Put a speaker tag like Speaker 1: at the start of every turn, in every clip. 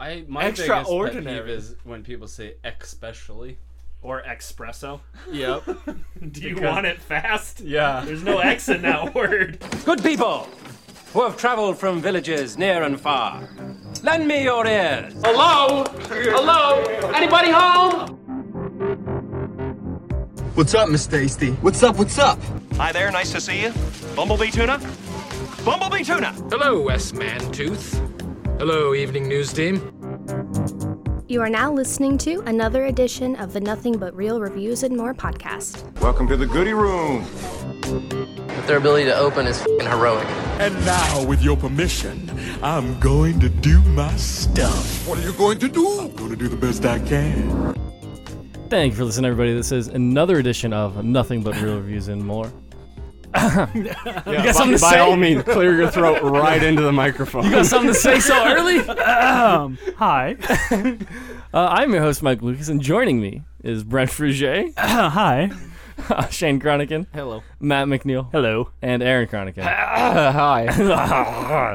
Speaker 1: I my extraordinary biggest pet peeve is when people say especially.
Speaker 2: or espresso.
Speaker 1: Yep.
Speaker 2: Do you want it fast?
Speaker 1: yeah.
Speaker 2: There's no X in that word.
Speaker 3: Good people who have traveled from villages near and far, lend me your ears. Hello? Hello? Anybody home?
Speaker 4: What's up, Miss Tasty? What's up? What's up?
Speaker 5: Hi there, nice to see you. Bumblebee tuna? Bumblebee tuna!
Speaker 3: Hello, West Mantooth. Hello, evening news team.
Speaker 6: You are now listening to another edition of the Nothing But Real Reviews and More podcast.
Speaker 7: Welcome to the Goody Room.
Speaker 8: Their ability to open is fing heroic.
Speaker 9: And now, with your permission, I'm going to do my stuff.
Speaker 7: What are you going to do?
Speaker 9: I'm going to do the best I can.
Speaker 10: Thank you for listening, everybody. This is another edition of Nothing But Real Reviews and More.
Speaker 1: yeah.
Speaker 10: got
Speaker 1: by-
Speaker 10: something to
Speaker 1: by
Speaker 10: say?
Speaker 1: all means, clear your throat right into the microphone.
Speaker 10: Got something to say so early? Uh,
Speaker 2: Hi.
Speaker 10: I'm your host, Mike Lucas, and joining me is Brent Frugier, uh,
Speaker 2: hi.
Speaker 10: Shane Cronican,
Speaker 1: Hello.
Speaker 10: Matt McNeil,
Speaker 2: Hello.
Speaker 10: and Aaron Cronican.
Speaker 1: hi.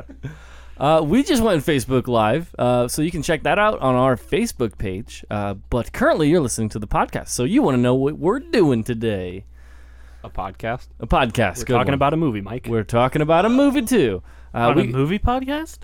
Speaker 10: Uh, we just went Facebook Live, uh, so you can check that out on our Facebook page. Uh, but currently, you're listening to the podcast, so you want to know what we're doing today.
Speaker 1: A podcast.
Speaker 10: A podcast.
Speaker 2: We're
Speaker 10: good
Speaker 2: talking
Speaker 10: one.
Speaker 2: about a movie, Mike.
Speaker 10: We're talking about a movie too. Uh,
Speaker 2: on a
Speaker 10: we,
Speaker 2: movie podcast?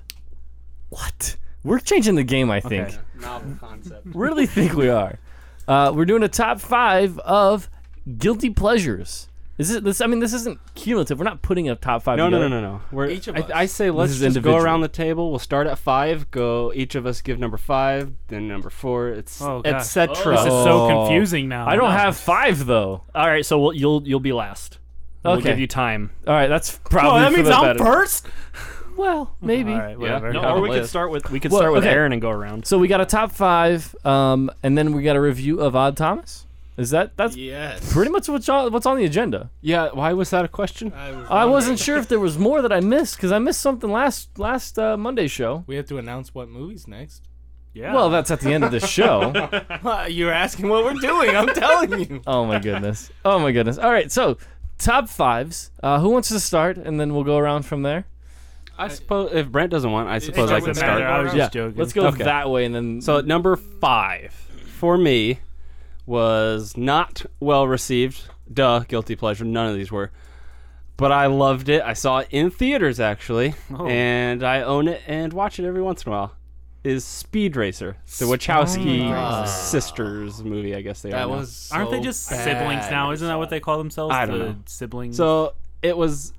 Speaker 10: what? We're changing the game, I think.
Speaker 1: Novel concept.
Speaker 10: really think we are. Uh, we're doing a top five of guilty pleasures. Is it this? I mean, this isn't cumulative. We're not putting a top five.
Speaker 1: No, no, no,
Speaker 10: together.
Speaker 1: no, no. We're,
Speaker 10: Each of
Speaker 1: I,
Speaker 10: us.
Speaker 1: I say let's
Speaker 10: is
Speaker 1: just
Speaker 10: individual.
Speaker 1: go around the table. We'll start at five. Go. Each of us give number five, then number four, it's Oh.
Speaker 2: Oh, God.
Speaker 1: etc.
Speaker 2: This is so confusing now.
Speaker 10: I don't have five though.
Speaker 2: All right, so we'll, you'll you'll be last. We'll
Speaker 10: Okay.
Speaker 2: give you time.
Speaker 10: All right, that's probably. for the better.
Speaker 2: first.
Speaker 10: Well, maybe.
Speaker 2: All right, whatever.
Speaker 1: No,
Speaker 2: or
Speaker 1: on
Speaker 2: we
Speaker 1: the
Speaker 2: could
Speaker 1: list.
Speaker 2: start with we could
Speaker 10: Well,
Speaker 2: start with
Speaker 10: okay.
Speaker 2: Aaron and go around.
Speaker 10: So we got a top five, um, and then we got a review of Odd Thomas. Is that that's
Speaker 3: Yes.
Speaker 10: pretty much what's on, what's on the agenda?
Speaker 1: Yeah. Why was that a question?
Speaker 10: I wasn't sure if there was more that I missed because I missed something last last uh, Monday show.
Speaker 3: We have to announce what movie's next.
Speaker 2: Yeah.
Speaker 10: Well, that's at the end of the show.
Speaker 3: You're asking what we're doing. I'm telling you.
Speaker 10: Oh my goodness. Oh my goodness. All right, so top fives. Uh, who wants to start, and then we'll go around from there.
Speaker 1: I suppose if Brent doesn't want, I suppose I can
Speaker 3: doesn't
Speaker 2: Doesn't
Speaker 1: start.
Speaker 2: matter, I was
Speaker 10: yeah,
Speaker 2: just joking.
Speaker 10: let's go
Speaker 1: Okay.
Speaker 10: that way, and then
Speaker 1: So number five for me was not well received. Duh, guilty pleasure. None of these were, but I loved it. I saw it in theaters actually,
Speaker 3: Oh.
Speaker 1: and I own it and watch it every once in a while. Is Speed Racer the Wachowski sisters movie? I guess they are.
Speaker 3: That
Speaker 1: now.
Speaker 3: was. So
Speaker 2: Aren't they just
Speaker 3: bad.
Speaker 2: siblings now? Isn't that what they call themselves?
Speaker 1: I don't
Speaker 2: the
Speaker 1: know.
Speaker 2: Siblings.
Speaker 1: so. It was.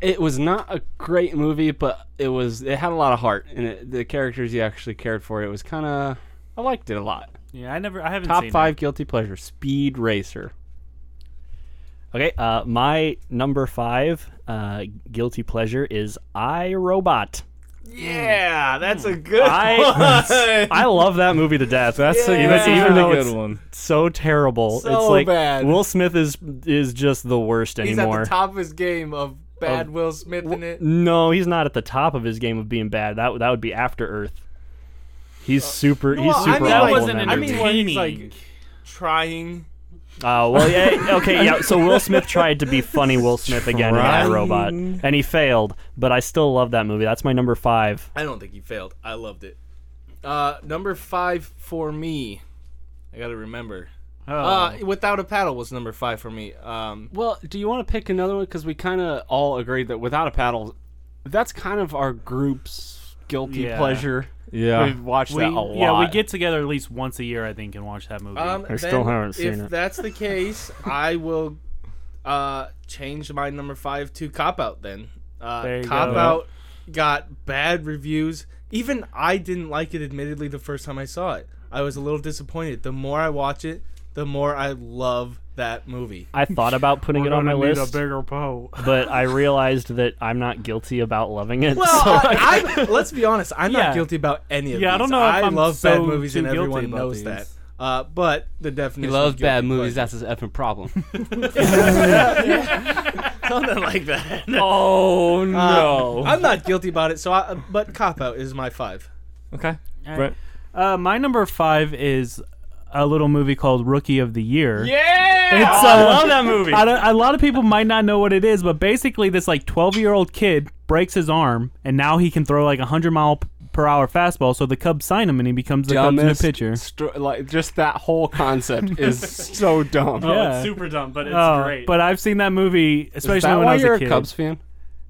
Speaker 1: It was not a great movie, but it was. It had a lot of heart, and it, the characters you actually cared for. It was kind of. I liked it a lot.
Speaker 2: yeah, I never. I haven't
Speaker 1: Top
Speaker 2: seen
Speaker 1: five guilty pleasure: Speed Racer.
Speaker 11: Okay, uh, my number five uh, guilty pleasure is I Robot.
Speaker 1: Yeah, that's a good.
Speaker 11: I I love that movie to death. That's
Speaker 10: that's
Speaker 11: even,
Speaker 10: a
Speaker 11: even though
Speaker 10: really
Speaker 11: it's
Speaker 10: good one.
Speaker 11: so terrible.
Speaker 3: So
Speaker 11: it's like
Speaker 3: bad.
Speaker 11: Will Smith is is just the worst
Speaker 3: He's
Speaker 11: anymore.
Speaker 3: at the top of his game of bad Will Smith in it.
Speaker 11: No, he's not at the top of his game of being bad. That that would be After Earth. He's super. he's
Speaker 3: Uh, I
Speaker 11: super.
Speaker 3: mean,
Speaker 11: awful
Speaker 3: like-
Speaker 11: in that
Speaker 3: I
Speaker 11: movie.
Speaker 3: mean, when he's like trying.
Speaker 11: Oh well, yeah, okay, yeah. So Will Smith tried to be funny Will Smith again in
Speaker 1: Trying.
Speaker 11: in Robot, and he failed. But I still love that movie. That's my number five.
Speaker 3: I don't think he failed. I loved it. Uh, number five for me. I gotta remember.
Speaker 11: Oh.
Speaker 3: Uh, Without a paddle was number five for me. Um,
Speaker 1: well, do you want to pick another one? Because we kind of all agreed that without a paddle, that's kind of our group's guilty
Speaker 2: Yeah.
Speaker 1: pleasure.
Speaker 10: Yeah.
Speaker 1: We've watched
Speaker 2: We,
Speaker 1: that a lot.
Speaker 2: yeah, we get together at least once a year, I think, and watch that movie.
Speaker 3: um,
Speaker 11: I still
Speaker 3: then
Speaker 11: haven't seen
Speaker 3: if
Speaker 11: it.
Speaker 3: that's the case, I will uh, change my number five to cop out. Then
Speaker 2: There
Speaker 3: uh,
Speaker 2: you
Speaker 3: cop
Speaker 2: go.
Speaker 3: out got bad reviews. Even I didn't like it. Admittedly, the first time I saw it, I was a little disappointed. The more I watch it, the more I love that movie.
Speaker 11: I thought about putting it on my list,
Speaker 2: bigger po.
Speaker 11: but I realized that I'm not guilty about loving it.
Speaker 3: Well,
Speaker 11: so
Speaker 3: I, I'm- let's be honest. I'm
Speaker 2: Yeah.
Speaker 3: not guilty about any of
Speaker 2: Yeah, I
Speaker 3: these.
Speaker 2: don't know if
Speaker 3: I
Speaker 2: I'm
Speaker 3: love
Speaker 2: so
Speaker 3: bad movies,
Speaker 2: too
Speaker 3: and
Speaker 2: guilty
Speaker 3: everyone
Speaker 2: about
Speaker 3: knows
Speaker 2: these.
Speaker 3: that. Uh, but the
Speaker 1: He
Speaker 3: definition.
Speaker 1: loves
Speaker 3: of guilty
Speaker 1: bad movies.
Speaker 3: pleasure-
Speaker 1: That's his effing problem.
Speaker 3: something like that.
Speaker 10: Oh
Speaker 11: Uh,
Speaker 10: no.
Speaker 3: I'm not guilty about it. So, I, but cop out is my five.
Speaker 10: okay.
Speaker 2: right.
Speaker 10: Brent.
Speaker 2: Uh, my number five is a little movie called Rookie of the Year.
Speaker 3: Yeah.
Speaker 2: It's, uh,
Speaker 11: Oh, I love that movie.
Speaker 2: I don't- a lot of people might not know what it is, but basically, this like 12 year old kid breaks his arm, and now he can throw like a 100 mile p-
Speaker 12: per hour fastball, so the Cubs sign him and he becomes the Cubs' new
Speaker 1: Dumbest
Speaker 12: pitcher.
Speaker 1: stro- like just that whole concept is so dumb.
Speaker 12: Oh, it's Yeah.
Speaker 11: super dumb, but it's
Speaker 12: Oh,
Speaker 11: great.
Speaker 12: But I've seen that movie, especially
Speaker 1: that
Speaker 12: when
Speaker 1: why
Speaker 12: I was
Speaker 1: you're
Speaker 12: a
Speaker 1: a
Speaker 12: kid.
Speaker 1: Cubs fan?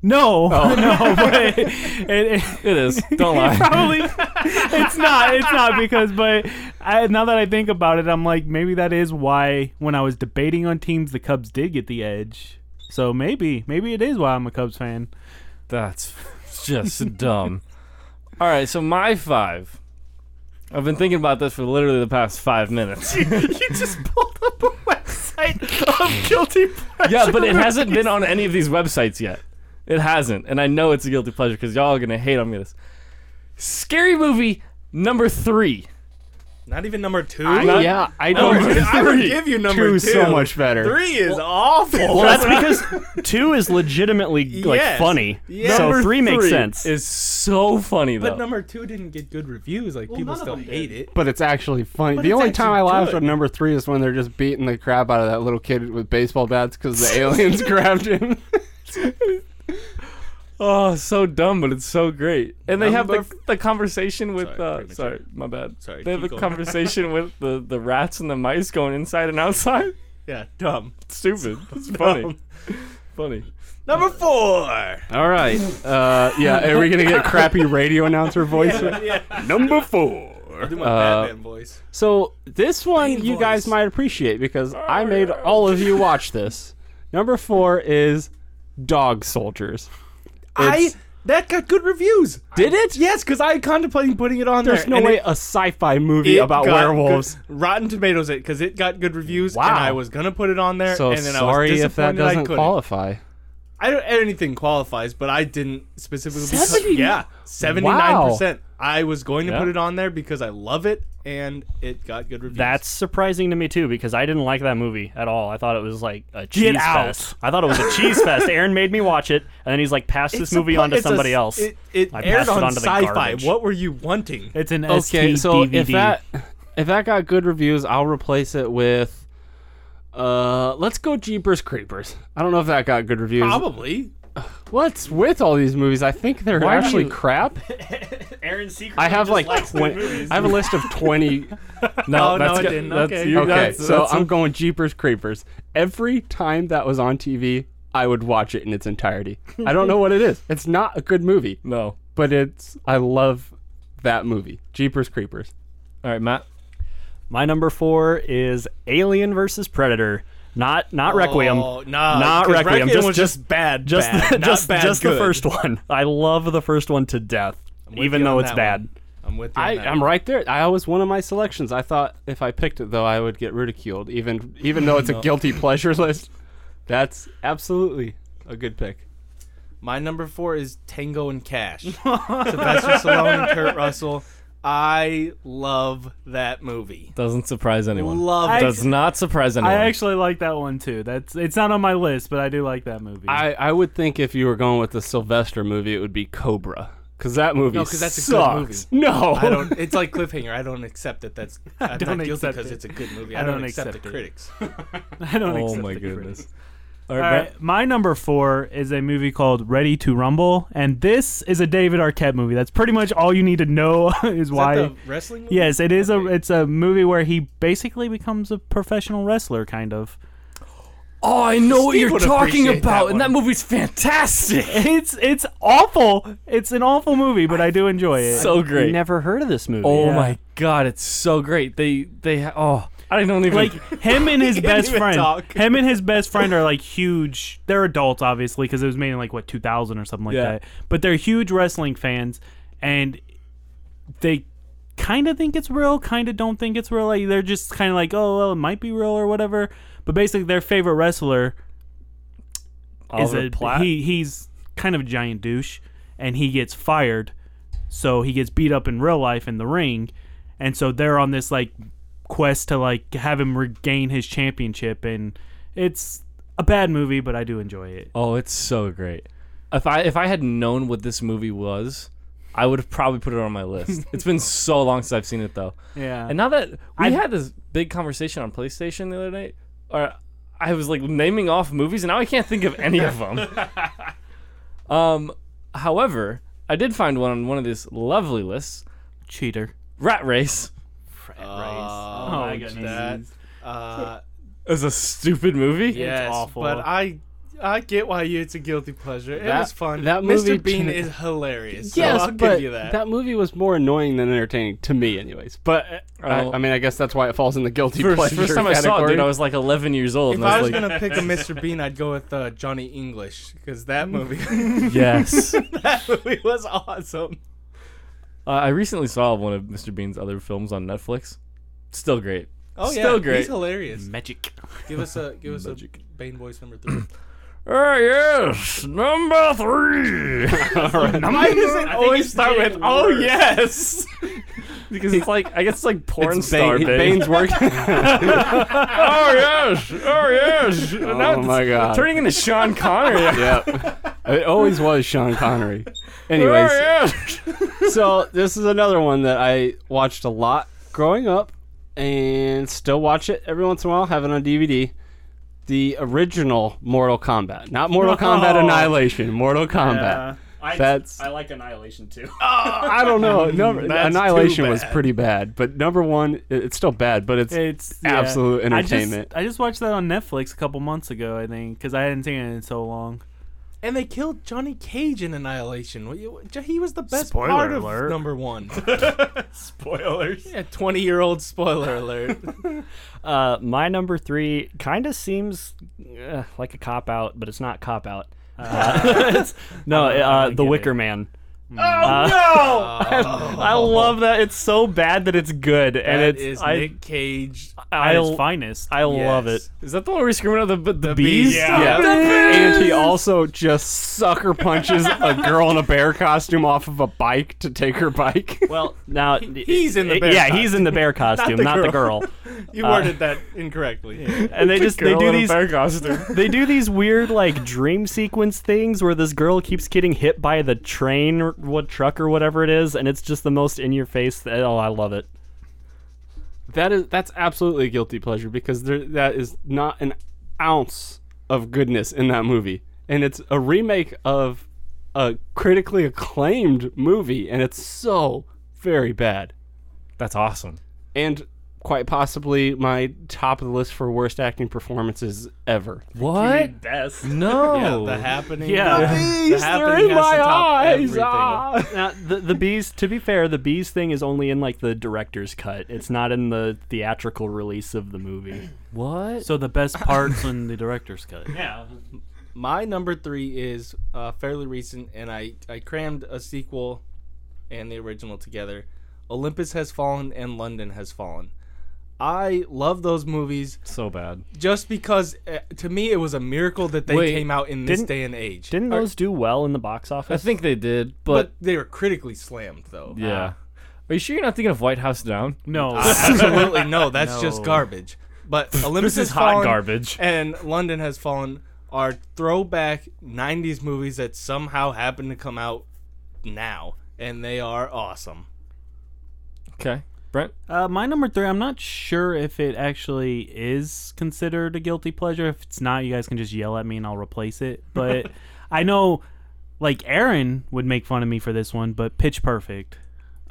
Speaker 12: No,
Speaker 1: Oh.
Speaker 12: no, but it, it,
Speaker 10: it is. Don't lie.
Speaker 12: probably it's not. It's not because, but I, now that I think about it, I'm like maybe that is why when I was debating on teams, the Cubs did get the edge. So maybe, maybe it is why I'm a Cubs fan.
Speaker 10: That's just dumb. All right, so my five. I've been thinking about this for literally the past five minutes.
Speaker 11: you just pulled up a website of guilty pleasure.
Speaker 10: yeah, but it hasn't been on any of these websites yet. It hasn't, and I know it's a guilty pleasure because y'all are gonna hate on me this. Scary movie number three.
Speaker 3: Not even number two.
Speaker 10: I-
Speaker 3: Not-
Speaker 10: yeah, I
Speaker 3: Number
Speaker 10: know.
Speaker 3: two- I would
Speaker 10: Three.
Speaker 3: give you number two.
Speaker 10: Two's so much better.
Speaker 3: Three is awful.
Speaker 10: well,
Speaker 13: that's because two is legitimately like
Speaker 3: Yes.
Speaker 13: funny.
Speaker 3: Yes.
Speaker 13: So
Speaker 3: Number
Speaker 13: three makes
Speaker 3: three
Speaker 13: sense.
Speaker 10: Is so funny
Speaker 3: But number two didn't get good reviews. Like people still hate it.
Speaker 1: But it's actually funny.
Speaker 3: But
Speaker 1: the
Speaker 3: it's
Speaker 1: only time
Speaker 3: actually
Speaker 1: I laughed
Speaker 3: good.
Speaker 1: at number three is when they're just beating the crap out of that little kid with baseball bats because the aliens grabbed him.
Speaker 10: Oh, so dumb, but it's so great. And they have
Speaker 1: Number
Speaker 10: the, the conversation with sorry, uh, sorry, my bad. Sorry, they have the
Speaker 3: keep going.
Speaker 10: conversation with the, the rats and the mice going inside and outside.
Speaker 3: Yeah, dumb,
Speaker 10: stupid. It's
Speaker 3: Dumb.
Speaker 10: funny, funny.
Speaker 3: Number four.
Speaker 1: All right. Uh, yeah. Are we gonna get crappy radio announcer voice?
Speaker 3: Yeah,
Speaker 1: Number four.
Speaker 3: I'll do my
Speaker 1: Uh,
Speaker 3: Batman voice.
Speaker 1: So this one you guys might appreciate because I made all of you watch this. Number four is Dog Soldiers.
Speaker 3: I
Speaker 1: It's-
Speaker 3: that got good reviews.
Speaker 1: Did it?
Speaker 3: Yes, because I contemplating putting it on
Speaker 1: There's
Speaker 3: there.
Speaker 1: no
Speaker 3: and
Speaker 1: way
Speaker 3: it-
Speaker 1: a sci-fi movie
Speaker 3: it
Speaker 1: about
Speaker 3: got
Speaker 1: werewolves.
Speaker 3: good- Rotten Tomatoes it because it got good reviews,
Speaker 1: Wow.
Speaker 3: and I was gonna put it on there.
Speaker 1: So
Speaker 3: and then I
Speaker 1: sorry
Speaker 3: was
Speaker 1: if that
Speaker 3: disappointed I
Speaker 1: doesn't
Speaker 3: couldn't.
Speaker 1: qualify.
Speaker 3: I don't anything qualifies, but I didn't specifically. because-
Speaker 1: 70?
Speaker 3: yeah, seventy nine percent. I was going to
Speaker 13: Yeah.
Speaker 3: put it on there because I love it, and it got good reviews.
Speaker 13: That's surprising to me too because I didn't like that movie at all. I thought it was like a cheese
Speaker 3: out.
Speaker 13: fest. I thought it was a cheese fest. Aaron made me watch it, and then he's like, "Pass
Speaker 3: It's
Speaker 13: this
Speaker 3: a
Speaker 13: movie
Speaker 3: pu-
Speaker 13: on to
Speaker 3: it's a
Speaker 13: somebody
Speaker 3: s-
Speaker 13: else."
Speaker 3: It, it
Speaker 13: I
Speaker 3: aired
Speaker 13: passed
Speaker 3: on
Speaker 13: it on to the
Speaker 3: sci-fi.
Speaker 13: garbage.
Speaker 3: What were you wanting?
Speaker 12: It's an
Speaker 1: Okay, so if
Speaker 12: STDVD.
Speaker 1: that if that got good reviews, I'll replace it with uh let's go Jeepers Creepers. I don't know if that got good reviews.
Speaker 3: Probably.
Speaker 1: What's with all these movies? I think they're
Speaker 13: Why do
Speaker 1: actually
Speaker 13: you-
Speaker 1: crap.
Speaker 13: Aaron secretly
Speaker 1: I have
Speaker 13: just
Speaker 1: like
Speaker 13: likes
Speaker 1: twen- I have a list of twenty.
Speaker 10: No,
Speaker 13: Oh, no,
Speaker 10: that's
Speaker 13: it
Speaker 10: good.
Speaker 13: didn't.
Speaker 10: That's
Speaker 13: Okay.
Speaker 10: you.
Speaker 1: okay,
Speaker 10: that's,
Speaker 1: so
Speaker 10: that's
Speaker 1: I'm
Speaker 10: a-
Speaker 1: going Jeepers Creepers. Every time that was on TV, I would watch it in its entirety. I don't know what it is. It's not a good movie,
Speaker 10: no.
Speaker 1: but it's I love that movie, Jeepers Creepers.
Speaker 10: All right, Matt.
Speaker 13: My number four is Alien versus Predator. Not not Requiem.
Speaker 3: Oh, nah,
Speaker 13: not
Speaker 3: 'cause
Speaker 13: Requiem.
Speaker 3: Requiem
Speaker 13: just,
Speaker 3: was
Speaker 13: just
Speaker 3: just bad,
Speaker 13: Just
Speaker 3: bad,
Speaker 13: the,
Speaker 3: not
Speaker 13: just,
Speaker 3: bad
Speaker 13: just the
Speaker 3: good.
Speaker 13: first one. I love the first one to death, even
Speaker 3: you
Speaker 13: though
Speaker 3: on
Speaker 13: it's
Speaker 3: that
Speaker 13: bad.
Speaker 3: one. I'm with you. on
Speaker 1: I,
Speaker 3: that.
Speaker 1: I'm right there. I always one of my selections. I thought if I picked it though, I would get ridiculed, even even though it's a guilty pleasure list. That's absolutely a good pick.
Speaker 3: My number four is Tango and Cash. Sylvester Stallone and Kurt Russell. I love that movie.
Speaker 10: Doesn't surprise anyone.
Speaker 3: Love it.
Speaker 10: Does not surprise anyone.
Speaker 12: I actually like that one too. That's it's not on my list, but I do like that movie.
Speaker 1: I, I would think if you were going with the Sylvester movie, it would be Cobra. Because that movie
Speaker 3: No, because that's a
Speaker 1: sucks.
Speaker 3: good movie.
Speaker 1: No.
Speaker 3: I don't. It's like cliffhanger. I don't accept that. That's I'm
Speaker 12: don't
Speaker 3: not guilty
Speaker 12: accept
Speaker 3: because
Speaker 12: it.
Speaker 3: it's a good movie.
Speaker 12: I
Speaker 3: I, don't,
Speaker 12: don't
Speaker 3: accept,
Speaker 12: accept
Speaker 3: the
Speaker 12: it.
Speaker 3: critics.
Speaker 12: I don't.
Speaker 10: Oh
Speaker 12: accept
Speaker 10: my
Speaker 12: the
Speaker 10: goodness.
Speaker 12: All right, my number four is a movie called Ready to Rumble, and this is a David Arquette movie. That's pretty much all you need to know is, why.
Speaker 3: the wrestling movie?
Speaker 12: Yes, it is a. It's a movie where he basically becomes a professional wrestler, kind of.
Speaker 10: Oh, I know what
Speaker 3: Steve
Speaker 10: you're
Speaker 3: would
Speaker 10: talking
Speaker 3: appreciate
Speaker 10: about,
Speaker 3: that
Speaker 10: and that movie's fantastic.
Speaker 12: It's it's awful. It's an awful movie, but I do enjoy it.
Speaker 10: so great.
Speaker 13: Never heard of this movie.
Speaker 10: oh
Speaker 12: yeah.
Speaker 10: my god, it's so great. They they ha- oh, I don't even
Speaker 12: like him and his
Speaker 3: He can't
Speaker 12: best
Speaker 3: even
Speaker 12: friend.
Speaker 3: talk.
Speaker 12: Him and his best friend are like huge. They're adults, obviously, because it was made in like what 2000 or something like
Speaker 10: Yeah.
Speaker 12: that. But they're huge wrestling fans, and they kind of think it's real, kind of don't think it's real. Like they're just kind of like, oh, well, it might be real or whatever. But basically, their favorite wrestler
Speaker 10: Oliver
Speaker 12: is a
Speaker 10: Platt?
Speaker 12: he. He's kind of a giant douche, and he gets fired. So he gets beat up in real life in the ring, and so they're on this like quest to like have him regain his championship. And it's a bad movie, but I do enjoy it.
Speaker 10: Oh, it's so great. If I if I had known what this movie was, I would have probably put it on my list. it's been so long since I've seen it though.
Speaker 12: Yeah.
Speaker 10: And now that we had this big conversation on PlayStation the other night, or I was like naming off movies, and now I can't think of any of them. um, however, I did find one on one of these lovely lists.
Speaker 12: Cheater.
Speaker 10: Rat Race.
Speaker 3: Oh, that,
Speaker 10: my goodness.
Speaker 3: uh,
Speaker 10: It's a stupid movie.
Speaker 3: yes, but I I get why you it's a guilty pleasure. It
Speaker 1: That-
Speaker 3: was fun.
Speaker 1: that movie
Speaker 3: Mr. Bean
Speaker 1: can-
Speaker 3: is hilarious.
Speaker 1: yes,
Speaker 3: so I'll
Speaker 1: but
Speaker 3: give you that.
Speaker 1: movie was more annoying than entertaining to me, anyways. But uh,
Speaker 10: Oh.
Speaker 1: I, I mean, I guess that's why it falls in the guilty
Speaker 10: First-
Speaker 1: pleasure
Speaker 10: first time I saw it,
Speaker 1: category.
Speaker 10: dude, I was like 11 years old,
Speaker 3: if
Speaker 10: and
Speaker 3: I
Speaker 10: I was
Speaker 3: was
Speaker 10: like-
Speaker 3: gonna pick a Mr. Bean, I'd go with uh, Johnny English because that movie.
Speaker 10: Yes.
Speaker 3: that movie was awesome.
Speaker 10: Uh, I recently saw one of Mr. Bean's other films on Netflix. Still great.
Speaker 3: Oh yeah,
Speaker 10: Still great.
Speaker 3: he's hilarious.
Speaker 10: Magic.
Speaker 3: Give us a give us a Bane voice number three.
Speaker 10: Oh yes, number three.
Speaker 3: Why does it always start with
Speaker 10: oh yes? because it's like I guess it's like porn
Speaker 1: It's
Speaker 10: star
Speaker 1: Bane-
Speaker 10: Bane.
Speaker 1: Bane's work-
Speaker 10: oh yes, oh yes.
Speaker 1: Oh,
Speaker 10: Now it's
Speaker 1: my God.
Speaker 10: turning into Sean Connery.
Speaker 1: yep. It always was Sean Connery. Anyways,
Speaker 10: Oh,
Speaker 1: so this is another one that I watched a lot growing up, and still watch it every once in a while. Have it on DVD. The original Mortal Kombat, not Mortal Kombat
Speaker 11: Oh.
Speaker 1: Annihilation. Mortal
Speaker 11: Yeah.
Speaker 1: Kombat.
Speaker 11: I,
Speaker 1: That's
Speaker 11: I like Annihilation too.
Speaker 1: I don't know. Number,
Speaker 11: That's too
Speaker 1: Annihilation was
Speaker 11: bad.
Speaker 1: pretty bad, but number one, it- it's still bad, but it's,
Speaker 12: It's yeah.
Speaker 1: absolute
Speaker 12: I
Speaker 1: entertainment.
Speaker 12: just, I just watched that on Netflix a couple months ago, I think, because I hadn't seen it in so long.
Speaker 3: And they killed Johnny Cage in Annihilation. What you- He was the best
Speaker 12: Spoiler
Speaker 3: part of
Speaker 12: alert.
Speaker 3: number one. Spoilers. Yeah, twenty year old spoiler alert.
Speaker 11: Uh, my number three kind of seems uh, like a cop out, but it's not cop out. Uh, it's- no, uh, The Wicker Man.
Speaker 14: Oh,
Speaker 11: I, I love that. It's so bad that it's good, and
Speaker 3: Oh, That
Speaker 11: it's
Speaker 3: is
Speaker 11: I,
Speaker 3: Nick Cage
Speaker 11: I,
Speaker 3: at his
Speaker 12: finest.
Speaker 11: I love it.
Speaker 10: Is that the one where he's screaming out the, the, the
Speaker 11: bees?
Speaker 10: bees?
Speaker 11: Yeah.
Speaker 1: Yeah.
Speaker 11: The
Speaker 1: And he also just sucker punches a girl in a bear costume off of a bike to take her bike.
Speaker 11: Well, now
Speaker 1: he's in the bear
Speaker 11: yeah, he's in the bear costume, not the girl.
Speaker 3: you
Speaker 11: Uh,
Speaker 3: worded that incorrectly.
Speaker 11: and they just they do these
Speaker 10: costume.
Speaker 11: they do these weird like dream sequence things where this girl keeps getting hit by the train or what truck or whatever it is and it's just the most in your face th- oh I love it
Speaker 1: That is that's absolutely a guilty pleasure because there that is not an ounce of goodness in that movie. And it's a remake of a critically acclaimed movie and it's so very bad.
Speaker 10: That's awesome.
Speaker 1: And quite possibly my top of the list for worst acting performances ever.
Speaker 10: What?
Speaker 11: Best.
Speaker 10: No.
Speaker 3: Yeah, The Happening.
Speaker 11: Oh. Yeah.
Speaker 3: The
Speaker 11: Bees,
Speaker 3: The Happening
Speaker 11: they're in
Speaker 3: has
Speaker 11: my
Speaker 3: to top
Speaker 11: eyes,
Speaker 3: everything.
Speaker 11: ah. now, the the bees to be fair the bees thing is only in like the director's cut it's not in the theatrical release of the movie
Speaker 10: What?
Speaker 12: So the best parts in the director's cut.
Speaker 11: Yeah.
Speaker 3: My number three is uh, fairly recent, and I, I crammed a sequel and the original together. Olympus Has Fallen and London Has Fallen. I love those movies
Speaker 10: so bad.
Speaker 3: Just because, uh, to me, it was a miracle that they
Speaker 11: Wait,
Speaker 3: came out in this
Speaker 11: didn't-
Speaker 3: day and age.
Speaker 11: didn't
Speaker 3: Or-
Speaker 11: those do well in the box office
Speaker 10: I think they did,
Speaker 3: but,
Speaker 10: but,
Speaker 3: they were critically slammed, though.
Speaker 10: yeah. Are you sure you're not thinking of White House Down?
Speaker 12: No.
Speaker 3: Absolutely no. That's just
Speaker 10: No.
Speaker 3: garbage. But Olympus
Speaker 10: This is
Speaker 3: Has
Speaker 10: hot
Speaker 3: Fallen
Speaker 10: garbage.
Speaker 3: and London has fallen are throwback '90s movies that somehow happen to come out now, and they are awesome.
Speaker 10: Okay. Brent?
Speaker 12: Uh, my number three, I'm not sure if it actually is considered a guilty pleasure. If it's not, you guys can just yell at me and I'll replace it. But I know, like, Aaron would make fun of me for this one, but Pitch Perfect.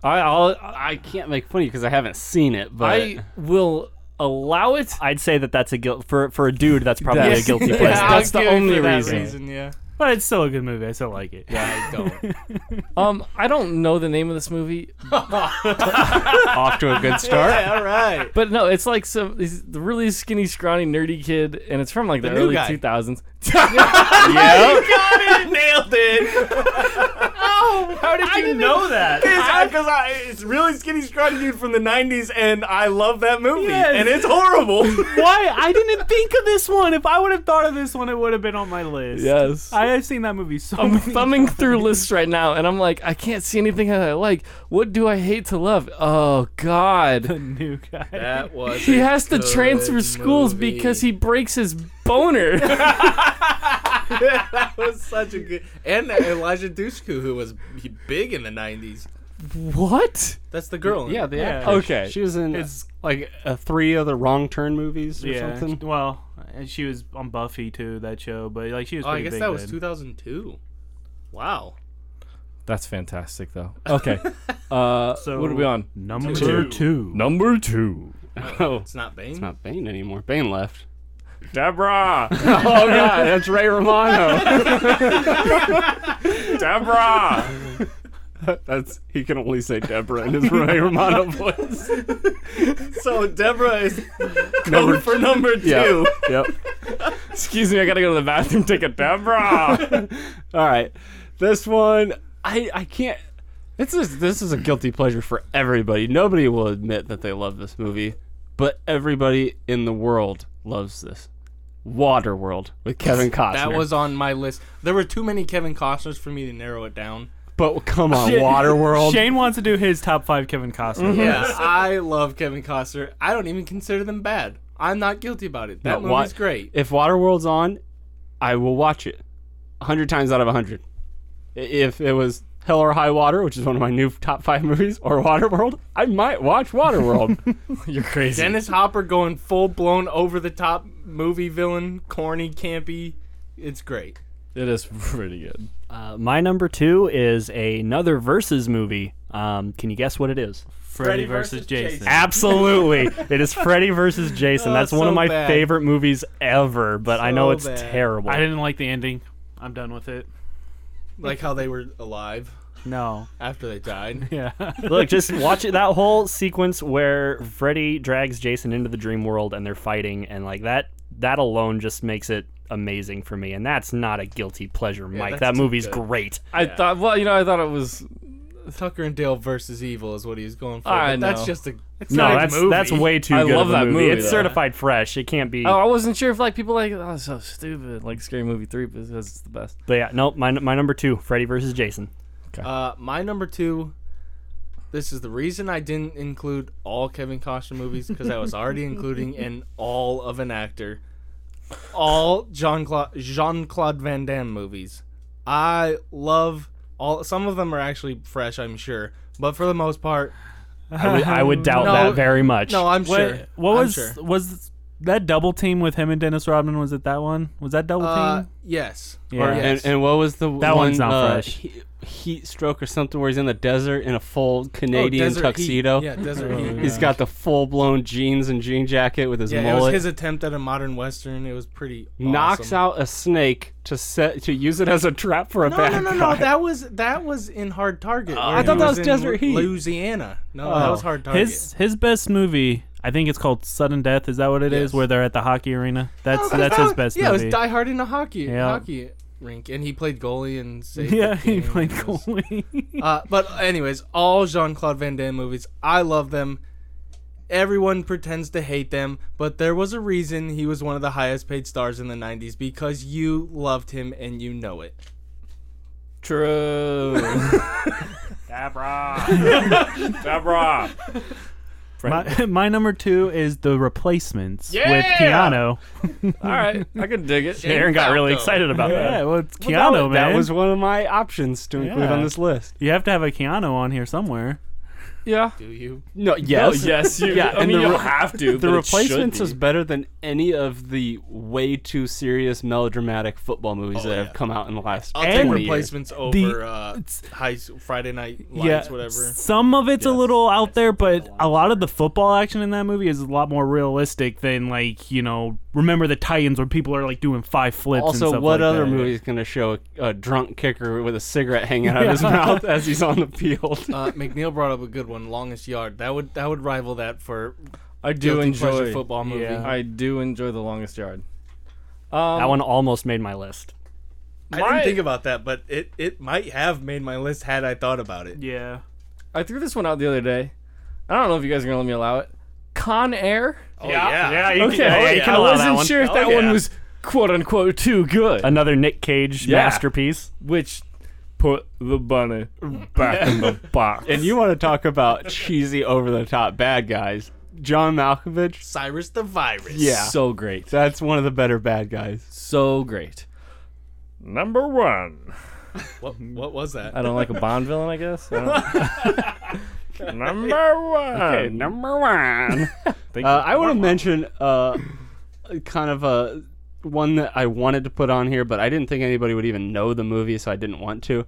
Speaker 1: I I'll, I can't make fun of you because I haven't seen it, but
Speaker 10: I will allow it.
Speaker 11: I'd say that that's a guilt for for a dude that's probably
Speaker 10: That's-
Speaker 11: a guilty
Speaker 10: yeah,
Speaker 11: pleasure
Speaker 10: That's the only reason.
Speaker 3: yeah.
Speaker 12: But it's still a good movie. I still like it.
Speaker 3: I don't.
Speaker 10: Um, I don't know the name of this movie,
Speaker 1: off to a good start.
Speaker 3: all right.
Speaker 10: but no, it's like some he's the really skinny, scrawny, nerdy kid, and it's from like the,
Speaker 3: The new
Speaker 10: early
Speaker 3: guy.
Speaker 10: two thousands.
Speaker 3: Nailed it.
Speaker 11: how did you know that
Speaker 3: Because I, it's really skinny, scrawny dude from the '90s, and I love that movie, and it's horrible.
Speaker 12: Why? I didn't think of this one. If I would have thought of this one, it would have been on my list.
Speaker 10: Yes.
Speaker 12: I have seen that movie so
Speaker 10: I'm
Speaker 12: many
Speaker 10: thumbing through lists right now, and I'm like, I can't see anything that I like. What do I hate to love? Oh God,
Speaker 12: new guy.
Speaker 3: that was.
Speaker 10: he has to transfer schools because he breaks his boner.
Speaker 3: that was such a good. And Elijah Dushku, who was big in the '90s.
Speaker 10: what?
Speaker 3: That's the girl.
Speaker 1: Yeah, the
Speaker 12: Yeah.
Speaker 1: actress.
Speaker 10: Okay.
Speaker 1: She was in
Speaker 12: It's-
Speaker 1: like uh, three of the wrong turn movies or
Speaker 12: Yeah.
Speaker 1: something.
Speaker 12: Well, and she was on Buffy too, that show, but like she was
Speaker 3: Oh,
Speaker 12: pretty
Speaker 3: I guess
Speaker 12: big
Speaker 3: that was
Speaker 12: then.
Speaker 3: 2002. Wow.
Speaker 10: That's fantastic, though. Okay. Uh,
Speaker 12: So,
Speaker 10: what are we on?
Speaker 12: number Two. two.
Speaker 10: Number two.
Speaker 1: Oh,
Speaker 3: it's not Bane.
Speaker 1: It's not Bane anymore. Bane left.
Speaker 10: Deborah. oh
Speaker 1: God, that's Ray Romano.
Speaker 10: Deborah.
Speaker 1: that's he can only say Deborah in his Ray Romano voice.
Speaker 11: so Deborah is
Speaker 10: Number-
Speaker 11: number for number two.
Speaker 10: Yeah, Yep. Excuse me, I gotta go to the bathroom. Take a Deborah.
Speaker 1: All right, this one I I can't. This is this is a guilty pleasure for everybody. Nobody will admit that they love this movie, but everybody in the world loves this. Waterworld with Kevin Costner.
Speaker 3: That was on my list. There were too many Kevin Costners for me to narrow it down.
Speaker 1: But come on,
Speaker 12: Shane-
Speaker 1: Waterworld.
Speaker 12: Shane wants to do his top five Kevin Costner.
Speaker 3: Mm-hmm. Yeah, I love Kevin Costner. I don't even consider them bad. I'm not guilty about it. That
Speaker 1: No,
Speaker 3: movie's
Speaker 1: Wa-
Speaker 3: great.
Speaker 1: If Waterworld's on, I will watch it. 100 times out of 100. I- If it was Hell or High Water, which is one of my new top 5 movies, or Waterworld, I might watch Waterworld.
Speaker 10: You're crazy.
Speaker 3: Dennis Hopper going full blown over the top movie villain, corny, campy. It's great.
Speaker 10: It is pretty good.
Speaker 13: Uh, my number two is another versus movie. Um, can you guess what it is?
Speaker 12: Freddy versus Jason.
Speaker 13: Absolutely, it is Freddy versus Jason.
Speaker 12: Oh,
Speaker 13: That's one of
Speaker 12: so
Speaker 13: my
Speaker 12: bad.
Speaker 13: favorite movies ever, but I know
Speaker 12: So
Speaker 13: it's
Speaker 12: bad.
Speaker 13: terrible.
Speaker 12: I didn't like the ending. I'm done with it.
Speaker 3: Like how they were alive
Speaker 12: No.
Speaker 3: after they died.
Speaker 12: Yeah.
Speaker 13: Look, just watch it. That whole sequence where Freddy drags Jason into the dream world and they're fighting, and like that, that alone just makes it amazing for me. And that's not a guilty pleasure, Mike.
Speaker 3: that's
Speaker 13: That
Speaker 3: too
Speaker 13: movie's
Speaker 3: good.
Speaker 13: great.
Speaker 10: I thought. Well, you know, I thought it was.
Speaker 3: Tucker and Dale versus Evil is what he was going for.
Speaker 10: I
Speaker 3: but
Speaker 10: know.
Speaker 3: That's just a.
Speaker 13: no, that's that's way too
Speaker 10: I
Speaker 13: good.
Speaker 10: love
Speaker 13: of a
Speaker 10: that
Speaker 13: movie.
Speaker 10: movie,
Speaker 13: It's
Speaker 10: though.
Speaker 13: certified fresh. It can't be.
Speaker 10: Oh, I wasn't sure if like people like oh it's so stupid like Scary Movie Three because it's the best.
Speaker 13: But yeah, no, my my number two, Freddy versus Jason.
Speaker 3: Uh, my number two. This is the reason I didn't include all Kevin Costner movies because I was already including in all of an actor, all Jean Claude Jean Claude Van Damme movies. I love all. Some of them are actually fresh, I'm sure, but for the most part,
Speaker 13: I would, I would doubt
Speaker 3: No,
Speaker 13: that very much.
Speaker 3: no, I'm
Speaker 12: What,
Speaker 3: sure.
Speaker 12: what
Speaker 3: I'm
Speaker 12: was
Speaker 3: sure.
Speaker 12: was that double team with him and Dennis Rodman? Was it that one? Was that double
Speaker 3: Uh,
Speaker 12: team?
Speaker 3: yes.
Speaker 12: Yeah.
Speaker 3: Or
Speaker 1: and,
Speaker 3: yes.
Speaker 1: and what was the
Speaker 12: That
Speaker 1: one,
Speaker 12: one's not
Speaker 1: uh,
Speaker 12: fresh.
Speaker 1: he- heat stroke or something where he's in the desert in a full Canadian
Speaker 3: Oh, Desert Heat.
Speaker 1: tuxedo.
Speaker 3: Yeah, Desert Oh, Heat.
Speaker 1: He's
Speaker 3: yeah.
Speaker 1: got the full blown jeans and jean jacket with his
Speaker 3: yeah,
Speaker 1: mullet.
Speaker 3: it was his attempt at a modern western. It was pretty.
Speaker 1: knocks
Speaker 3: awesome.
Speaker 1: out a snake to set to use it as a trap for a
Speaker 3: No, no,
Speaker 1: bad
Speaker 3: no,
Speaker 1: guy.
Speaker 3: no. That was that was in Hard Target.
Speaker 12: Oh.
Speaker 3: where
Speaker 1: I
Speaker 3: he
Speaker 1: thought that was
Speaker 3: in
Speaker 1: Desert
Speaker 3: Lu-
Speaker 1: Heat.
Speaker 3: Louisiana. No, oh, that was Hard Target.
Speaker 12: His his best movie, I think it's called Sudden Death. Is that what it is? Where they're at the hockey arena. That's
Speaker 3: No,
Speaker 12: that's
Speaker 3: that
Speaker 12: his
Speaker 3: was-
Speaker 12: best
Speaker 3: Oh, Yeah,
Speaker 12: movie.
Speaker 3: it was Die Hard in a hockey
Speaker 12: Yeah.
Speaker 3: hockey rink, and he played goalie and saved.
Speaker 12: yeah,
Speaker 3: the
Speaker 12: he
Speaker 3: team.
Speaker 12: played
Speaker 3: It was-
Speaker 12: goalie.
Speaker 3: Uh, but anyways, all Jean Claude Van Damme movies, I love them. Everyone pretends to hate them, but there was a reason he was one of the highest paid stars in the '90s because you loved him and you know it.
Speaker 10: True. Deborah. Deborah.
Speaker 12: my, my number two is The Replacements with
Speaker 10: Yeah!
Speaker 12: Keanu.
Speaker 10: All right, I can dig it.
Speaker 13: Aaron got really excited about
Speaker 12: Yeah,
Speaker 13: that.
Speaker 12: well, it's
Speaker 1: Well, that
Speaker 12: Keanu,
Speaker 1: was-
Speaker 12: man.
Speaker 1: That was one of my options to include
Speaker 12: Yeah.
Speaker 1: on this list.
Speaker 12: You have to have a Keanu on here somewhere.
Speaker 10: Yeah. Oh,
Speaker 3: Do you?
Speaker 1: No, yes,
Speaker 10: yes, you- I mean, you don't have to,
Speaker 1: The
Speaker 10: but it should
Speaker 1: replacements
Speaker 10: be.
Speaker 1: is better than any of the way too serious melodramatic football movies that have come out in the last
Speaker 3: I'll
Speaker 1: 20
Speaker 3: take
Speaker 1: years.
Speaker 3: replacements over uh, high s- Friday Night Lights, whatever.
Speaker 12: Some of it's a little out there, but a lot of the football action in that movie is a lot more realistic than like you know, remember the Titans where people are like doing five flips. and
Speaker 1: Also,
Speaker 12: stuff
Speaker 1: what
Speaker 12: like
Speaker 1: other
Speaker 12: that.
Speaker 1: movie is going to show a, a drunk kicker with a cigarette hanging out of his
Speaker 12: Yeah.
Speaker 1: mouth as he's on the field?
Speaker 3: Uh, McNeil brought up a good one, longest yard. That would that would rival that for
Speaker 10: I do
Speaker 3: guilty
Speaker 10: enjoy
Speaker 3: pleasure football movie.
Speaker 10: Yeah. I do enjoy The Longest Yard.
Speaker 13: That one almost made my list.
Speaker 3: I
Speaker 10: My-
Speaker 3: didn't think about that, but it, it might have made my list had I thought about it.
Speaker 12: Yeah.
Speaker 10: I threw this one out the other day. I don't know if you guys are gonna let me allow it. Con Air.
Speaker 3: Oh yeah,
Speaker 13: Yeah, you
Speaker 10: Okay,
Speaker 13: can, oh, yeah, you can
Speaker 10: I
Speaker 13: allow
Speaker 10: wasn't
Speaker 13: that one.
Speaker 10: sure if that one was quote unquote too good.
Speaker 13: Another Nick Cage
Speaker 10: Yeah.
Speaker 13: masterpiece.
Speaker 10: Which put the bunny back in the box.
Speaker 1: and you want to talk about cheesy, over the top bad guys? John Malkovich,
Speaker 3: Cyrus the Virus.
Speaker 1: yeah,
Speaker 10: so great.
Speaker 1: that's one of the better bad guys.
Speaker 10: So great. Number one.
Speaker 3: What what was that?
Speaker 10: I don't like a Bond villain, I guess. I don't- number one.
Speaker 1: Okay, number one.
Speaker 10: Thank
Speaker 1: Uh,
Speaker 10: you.
Speaker 1: I want to mention uh, kind of a one that I wanted to put on here, but I didn't think anybody would even know the movie, so I didn't want to.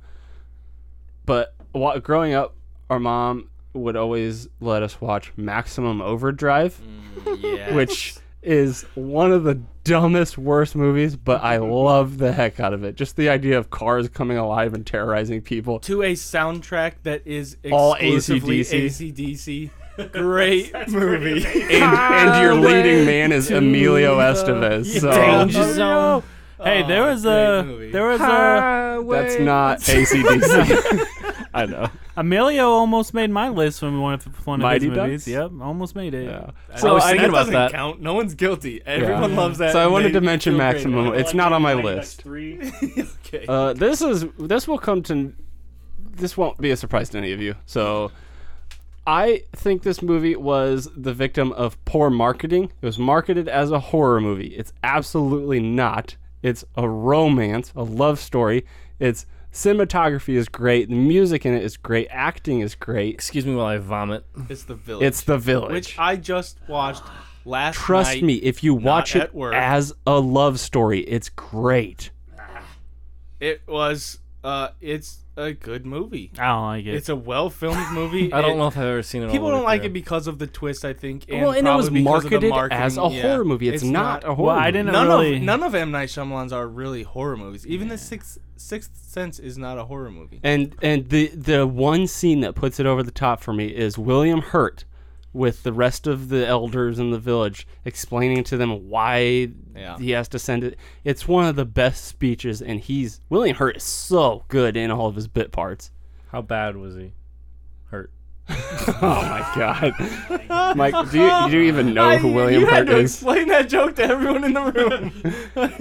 Speaker 1: but wa- growing up, our mom would always let us watch Maximum Overdrive, which is one of the dumbest, worst movies, but I love the heck out of it. Just the idea of cars coming alive and terrorizing people.
Speaker 3: to a soundtrack that is
Speaker 1: All
Speaker 3: exclusively
Speaker 1: AC/DC.
Speaker 3: AC/DC. Great movie.
Speaker 1: And, and your leading man is Emilio Estevez. So
Speaker 12: Zone. Hey, there was a there was a
Speaker 1: That's not AC/DC. I know.
Speaker 12: Emilio almost made my list when we went to one of
Speaker 1: Mighty
Speaker 12: his
Speaker 1: Ducks?
Speaker 12: movies. Yep, almost made it.
Speaker 1: So I was I- thinking about
Speaker 3: doesn't
Speaker 1: that.
Speaker 3: count. No one's guilty. Everyone loves that.
Speaker 1: So I
Speaker 3: and
Speaker 1: wanted
Speaker 3: they
Speaker 1: to mention
Speaker 3: feel great
Speaker 1: Maximum.
Speaker 3: about it.
Speaker 1: It's not on my list.
Speaker 3: okay.
Speaker 1: Uh, this is this will come to this won't be a surprise to any of you. So I think this movie was the victim of poor marketing. It was marketed as a horror movie. It's absolutely not. It's a romance, a love story. It's cinematography is great. The music in it is great. Acting is great.
Speaker 10: Excuse me while I vomit.
Speaker 3: It's the village.
Speaker 1: It's the village.
Speaker 3: Which I just watched last
Speaker 1: Trust
Speaker 3: night,
Speaker 1: me, if you
Speaker 3: not
Speaker 1: watch it
Speaker 3: at work.
Speaker 1: as a love story, it's great.
Speaker 3: It was. Uh, it's a good movie.
Speaker 12: I don't like
Speaker 3: It's a well filmed movie.
Speaker 10: I don't
Speaker 3: It-
Speaker 10: know if I've ever seen it. all
Speaker 3: People
Speaker 10: the way
Speaker 3: don't like
Speaker 10: through.
Speaker 3: it because of the twist, I think. And
Speaker 1: Well, and it was
Speaker 3: probably because of the
Speaker 1: marketed as
Speaker 3: marketing,
Speaker 1: a
Speaker 3: yeah.
Speaker 1: horror movie. It's not a horror
Speaker 12: Well, I movie. didn't
Speaker 3: none
Speaker 12: really-
Speaker 3: Of, none of M Night Shyamalan's are really horror movies. Even the Sixth Sixth Sense is not a horror movie.
Speaker 1: And and the the one scene that puts it over the top for me is William Hurt with the rest of the elders in the village explaining to them why
Speaker 3: Yeah.
Speaker 1: he has to send it. It's one of the best speeches and he's William Hurt is so good in all of his bit parts.
Speaker 10: How bad was he? Hurt.
Speaker 1: oh my god. Mike, do you, do you even know who William
Speaker 3: you had
Speaker 1: Hurt
Speaker 3: to
Speaker 1: is?
Speaker 3: explain that joke to everyone in the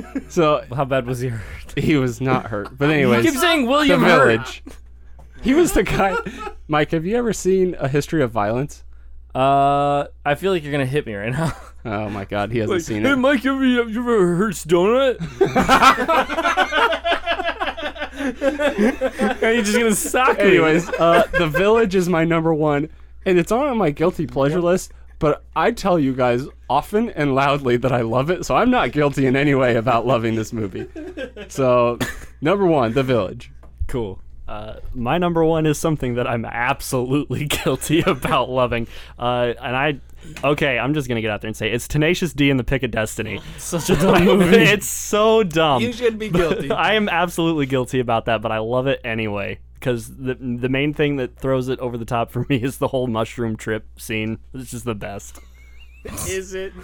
Speaker 3: room.
Speaker 1: So
Speaker 10: how bad was he hurt?
Speaker 1: He was not hurt. But anyways,
Speaker 10: You keep saying William
Speaker 1: the
Speaker 10: Hurt.
Speaker 1: village. He was the guy. Mike, have you ever seen A History of Violence?
Speaker 10: Uh, I feel like you're gonna hit me right now.
Speaker 1: Oh my God, he hasn't seen
Speaker 10: Hey,
Speaker 1: it.
Speaker 10: Mike, you ever, you ever heard donut? Are you just gonna sock me?
Speaker 1: Anyways, uh, The Village is my number one, and it's on my guilty pleasure list. But I tell you guys often and loudly that I love it, so I'm not guilty in any way about loving this movie. So, number one, The Village.
Speaker 13: Cool. Uh, my number one is something that I'm absolutely guilty about loving, uh, and I. Okay, I'm just gonna get out there and say it's Tenacious D and the Pick of Destiny.
Speaker 10: Such a dumb movie.
Speaker 13: it's so dumb.
Speaker 3: You should be guilty.
Speaker 13: I am absolutely guilty about that, but I love it anyway because the the main thing that throws it over the top for me is the whole mushroom trip scene. It's just the best.
Speaker 3: is it?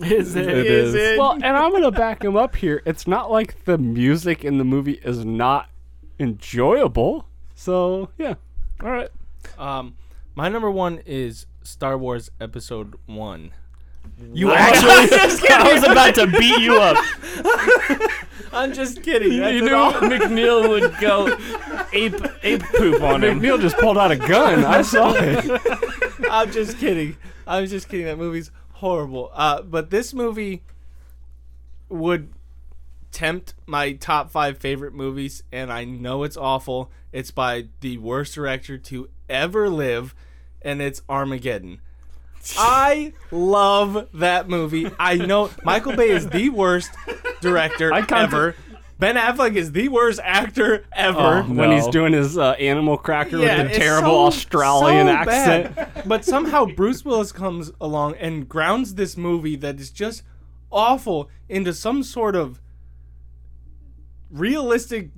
Speaker 12: Is it?
Speaker 13: It is.
Speaker 3: it?
Speaker 1: Well, and I'm gonna back him up here. It's not like the music in the movie is not enjoyable. So yeah, all right.
Speaker 3: Um, my number one is Star Wars Episode One.
Speaker 13: You actually, I was about to beat you up.
Speaker 3: I'm just kidding. That's
Speaker 10: you
Speaker 3: an
Speaker 10: knew McNeil would go ape ape poop on him.
Speaker 1: McNeil just pulled out a gun. I saw it.
Speaker 3: I'm just kidding. I'm just kidding. That movie's horrible. Uh, but this movie would tempt my top five favorite movies, and I know it's awful. It's by the worst director to ever live, and it's Armageddon. I love that movie. I know Michael Bay is the worst director ever. Ben Affleck is the worst actor ever.
Speaker 1: Oh, When he's doing his uh, animal cracker
Speaker 3: Yeah,
Speaker 1: with
Speaker 3: it's
Speaker 1: the terrible
Speaker 3: so-
Speaker 1: Australian
Speaker 3: so
Speaker 1: accent.
Speaker 3: bad. but somehow Bruce Willis comes along and grounds this movie that is just awful into some sort of realistic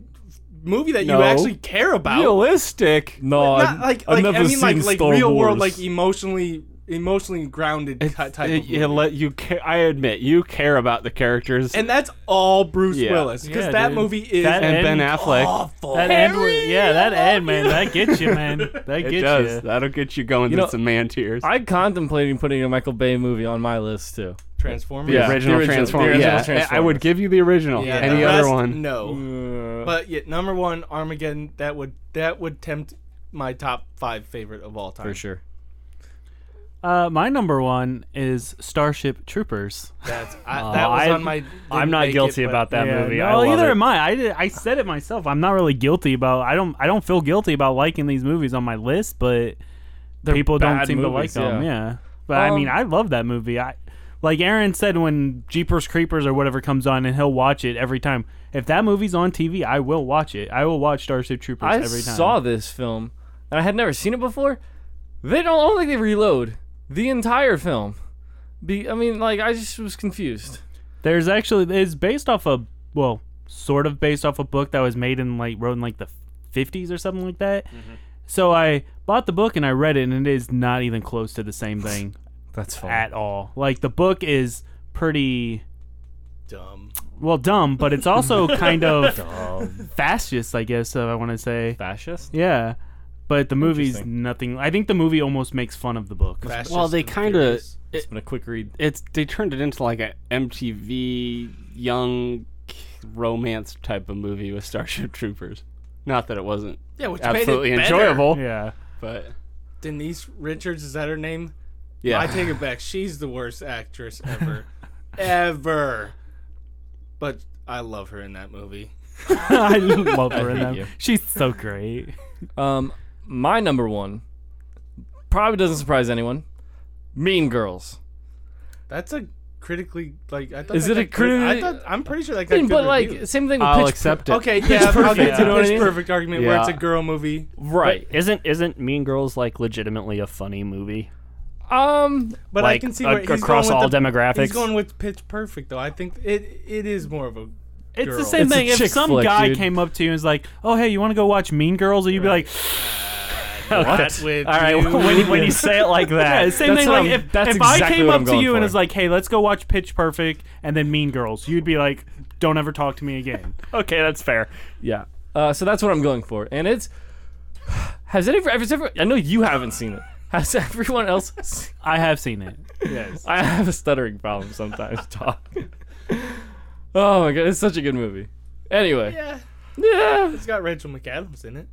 Speaker 3: movie that
Speaker 1: No.
Speaker 3: you actually care about.
Speaker 1: Realistic.
Speaker 10: No,
Speaker 3: Not like, like I mean, like, like real world, like
Speaker 10: you
Speaker 3: emotionally, emotionally grounded ki- type of
Speaker 1: It,
Speaker 3: movie.
Speaker 1: it let you. Ca- I admit, you care about the characters.
Speaker 3: and that's all Bruce
Speaker 1: Yeah.
Speaker 3: Willis because
Speaker 12: Yeah,
Speaker 3: that
Speaker 12: dude.
Speaker 3: movie is
Speaker 12: That
Speaker 1: and Ben
Speaker 12: and-
Speaker 1: Affleck.
Speaker 3: awful.
Speaker 12: That end, was- yeah, that end, man, that gets you, man. That
Speaker 1: it
Speaker 12: gets
Speaker 1: does.
Speaker 12: you.
Speaker 1: That'll get you going
Speaker 10: You
Speaker 1: to
Speaker 10: know,
Speaker 1: some man tears.
Speaker 10: I contemplating putting a Michael Bay movie on my list too.
Speaker 3: Transformers.
Speaker 10: Yeah.
Speaker 1: the original,
Speaker 10: the original-
Speaker 1: Transformers.
Speaker 10: the original
Speaker 1: yeah, I- I would
Speaker 10: Transformers.
Speaker 1: give you the original.
Speaker 3: Yeah,
Speaker 1: Any
Speaker 3: the
Speaker 1: other
Speaker 3: rest,
Speaker 1: one?
Speaker 3: No.
Speaker 12: Mm.
Speaker 3: But yeah, number one, Armageddon. That would that would tempt my top five favorite of all time.
Speaker 10: For sure.
Speaker 12: Uh, my number one is Starship Troopers.
Speaker 3: That's I,
Speaker 13: Oh,
Speaker 3: that was
Speaker 13: I-
Speaker 3: on my. didn't
Speaker 13: I'm not
Speaker 3: make it,
Speaker 13: guilty
Speaker 3: but-
Speaker 13: about that
Speaker 12: Yeah,
Speaker 13: movie.
Speaker 12: No,
Speaker 13: I love
Speaker 12: either
Speaker 13: it.
Speaker 12: am I. I, did, I said it myself. I'm not really guilty about. I don't. I don't feel guilty about liking these movies on my list, but people don't
Speaker 10: bad
Speaker 12: seem to like
Speaker 10: movies,
Speaker 12: them.
Speaker 10: yeah.
Speaker 12: Yeah. But I mean,
Speaker 10: Um,
Speaker 12: I love that movie. I Like Aaron said, when Jeepers Creepers or whatever comes on, and he'll watch it every time. If that movie's on TV, I will watch it. I will watch Starship Troopers
Speaker 10: I
Speaker 12: every time.
Speaker 10: saw this film, and I had never seen it before. They don't. I don't think they reload the entire film. Be, I mean, like I just was confused.
Speaker 12: There's actually it's based off a well, sort of based off a book that was made in like wrote in like the 50s or something like that.
Speaker 10: Mm-hmm.
Speaker 12: So I bought the book and I read it, and it is not even close to the same thing.
Speaker 10: That's fine.
Speaker 12: at all. Like the book is pretty
Speaker 3: dumb.
Speaker 12: Well, dumb, but it's also kind of
Speaker 3: Dumb.
Speaker 12: fascist, I guess. Uh, I want to say
Speaker 10: fascist.
Speaker 12: Yeah, but the movie's nothing. I think the movie almost makes fun of the book.
Speaker 1: well, they kind of.
Speaker 10: It's been a quick read.
Speaker 1: It's they turned it into like a MTV young romance type of movie with Starship Troopers. Not that it wasn't.
Speaker 3: Yeah, which made it
Speaker 1: absolutely
Speaker 3: better.
Speaker 1: enjoyable.
Speaker 12: Yeah,
Speaker 1: but
Speaker 3: Denise Richards is that her name?
Speaker 1: Yeah.
Speaker 3: I take it back. She's the worst actress ever, ever. But I love her in that movie.
Speaker 12: I love her in
Speaker 10: Thank
Speaker 12: that.
Speaker 10: you.
Speaker 12: She's so great.
Speaker 10: Um, my number one probably doesn't surprise anyone. Mean Girls.
Speaker 3: That's a critically like. I thought
Speaker 10: Is
Speaker 3: that
Speaker 10: it a
Speaker 3: got crit- I
Speaker 10: critically-
Speaker 3: thought I'm pretty sure
Speaker 10: I
Speaker 3: like.
Speaker 10: mean, but like same thing with Pitch Per-
Speaker 3: Okay,
Speaker 10: Pitch
Speaker 3: yeah, I'll
Speaker 10: Perfect,
Speaker 3: get
Speaker 10: you know
Speaker 3: the
Speaker 10: what I
Speaker 3: Pitch
Speaker 10: mean?
Speaker 3: Perfect argument where it's a
Speaker 13: Yeah.
Speaker 3: girl movie,
Speaker 10: right?
Speaker 13: isn't isn't Mean Girls like legitimately a funny movie?
Speaker 10: Um,
Speaker 3: But I
Speaker 13: Like,
Speaker 3: can see
Speaker 13: a-
Speaker 3: where he's
Speaker 13: across
Speaker 3: going
Speaker 13: all
Speaker 3: with the- He's
Speaker 13: demographics?
Speaker 3: going with Pitch Perfect though. I think it it is more of a.
Speaker 12: It's
Speaker 3: girl.
Speaker 12: the same thing. If some guy came up to you and was like, "Oh, hey, you want to go watch Mean Girls?" or you'd be like,
Speaker 13: What? with All right, you. when you- when you say it like that,
Speaker 12: yeah, same
Speaker 13: that's what
Speaker 12: thing. Like
Speaker 13: I'm-
Speaker 12: if,
Speaker 13: that's
Speaker 12: if I
Speaker 13: exactly
Speaker 12: came
Speaker 13: what
Speaker 12: up
Speaker 13: I'm
Speaker 12: to
Speaker 13: going
Speaker 12: you and
Speaker 13: for.
Speaker 12: was like, "Hey, let's go watch Pitch Perfect," and then Mean Girls, you'd be like, "Don't ever talk to me again."
Speaker 13: okay, that's fair.
Speaker 10: Yeah. Uh, so that's what I'm going for, and it's has any has ever I know you haven't seen it. Has everyone else? Seen
Speaker 12: I have seen it.
Speaker 10: Yes. I have a stuttering problem sometimes. Talk. oh my god, it's such a good movie. Anyway,
Speaker 3: Yeah.
Speaker 10: Yeah.
Speaker 3: It's got Rachel McAdams in it.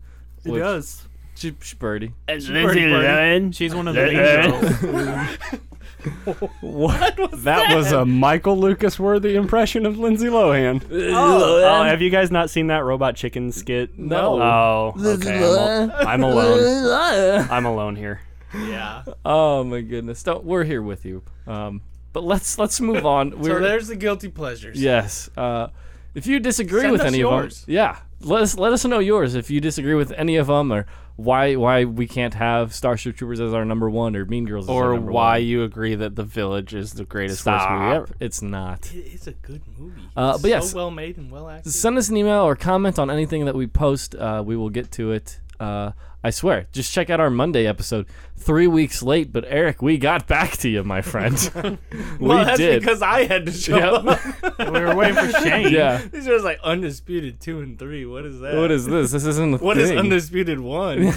Speaker 10: It Which- does. she, she birdie.
Speaker 3: And She this birdie is birdie. Ellen. She's one of
Speaker 1: Eh,
Speaker 3: the
Speaker 1: mean girls. what was that? was a Michael Lucas worthy impression of Lindsay Lohan.
Speaker 13: Oh, have you guys not seen that Robot Chicken skit?
Speaker 1: No.
Speaker 13: Oh, okay. I'm, al- I'm alone. I'm alone here.
Speaker 3: Yeah.
Speaker 10: Oh my goodness, Don't, we're here with you. Um, but let's let's move on.
Speaker 3: so
Speaker 10: We're,
Speaker 3: there's the guilty pleasures.
Speaker 10: Yes. Uh, if you disagree
Speaker 3: Send
Speaker 10: with
Speaker 3: us
Speaker 10: any
Speaker 3: yours.
Speaker 10: of them, yeah, let us let us know yours if you disagree with any of them or why why we can't have Starship Troopers as our number one or Mean Girls as
Speaker 1: Or
Speaker 10: our number
Speaker 1: why
Speaker 10: one.
Speaker 1: you agree that The Village is the greatest worst movie
Speaker 10: Stop.
Speaker 1: ever?
Speaker 10: It's not.
Speaker 3: It is a good movie.
Speaker 10: Uh,
Speaker 3: It's
Speaker 10: but yes,
Speaker 3: so well made and well acted.
Speaker 10: Send us an email or comment on anything that we post. Uh, we will get to it. Uh, I swear. Just check out our Monday episode. Three weeks late, but Eric, we got back to you, my friend. we
Speaker 3: well, that's
Speaker 10: did.
Speaker 3: because I had to show
Speaker 10: Yep.
Speaker 3: up.
Speaker 12: we were waiting for Shane.
Speaker 10: Yeah.
Speaker 3: These are like undisputed two and three. What is that?
Speaker 10: What is this? This isn't a
Speaker 3: What is
Speaker 10: thing.
Speaker 3: undisputed one?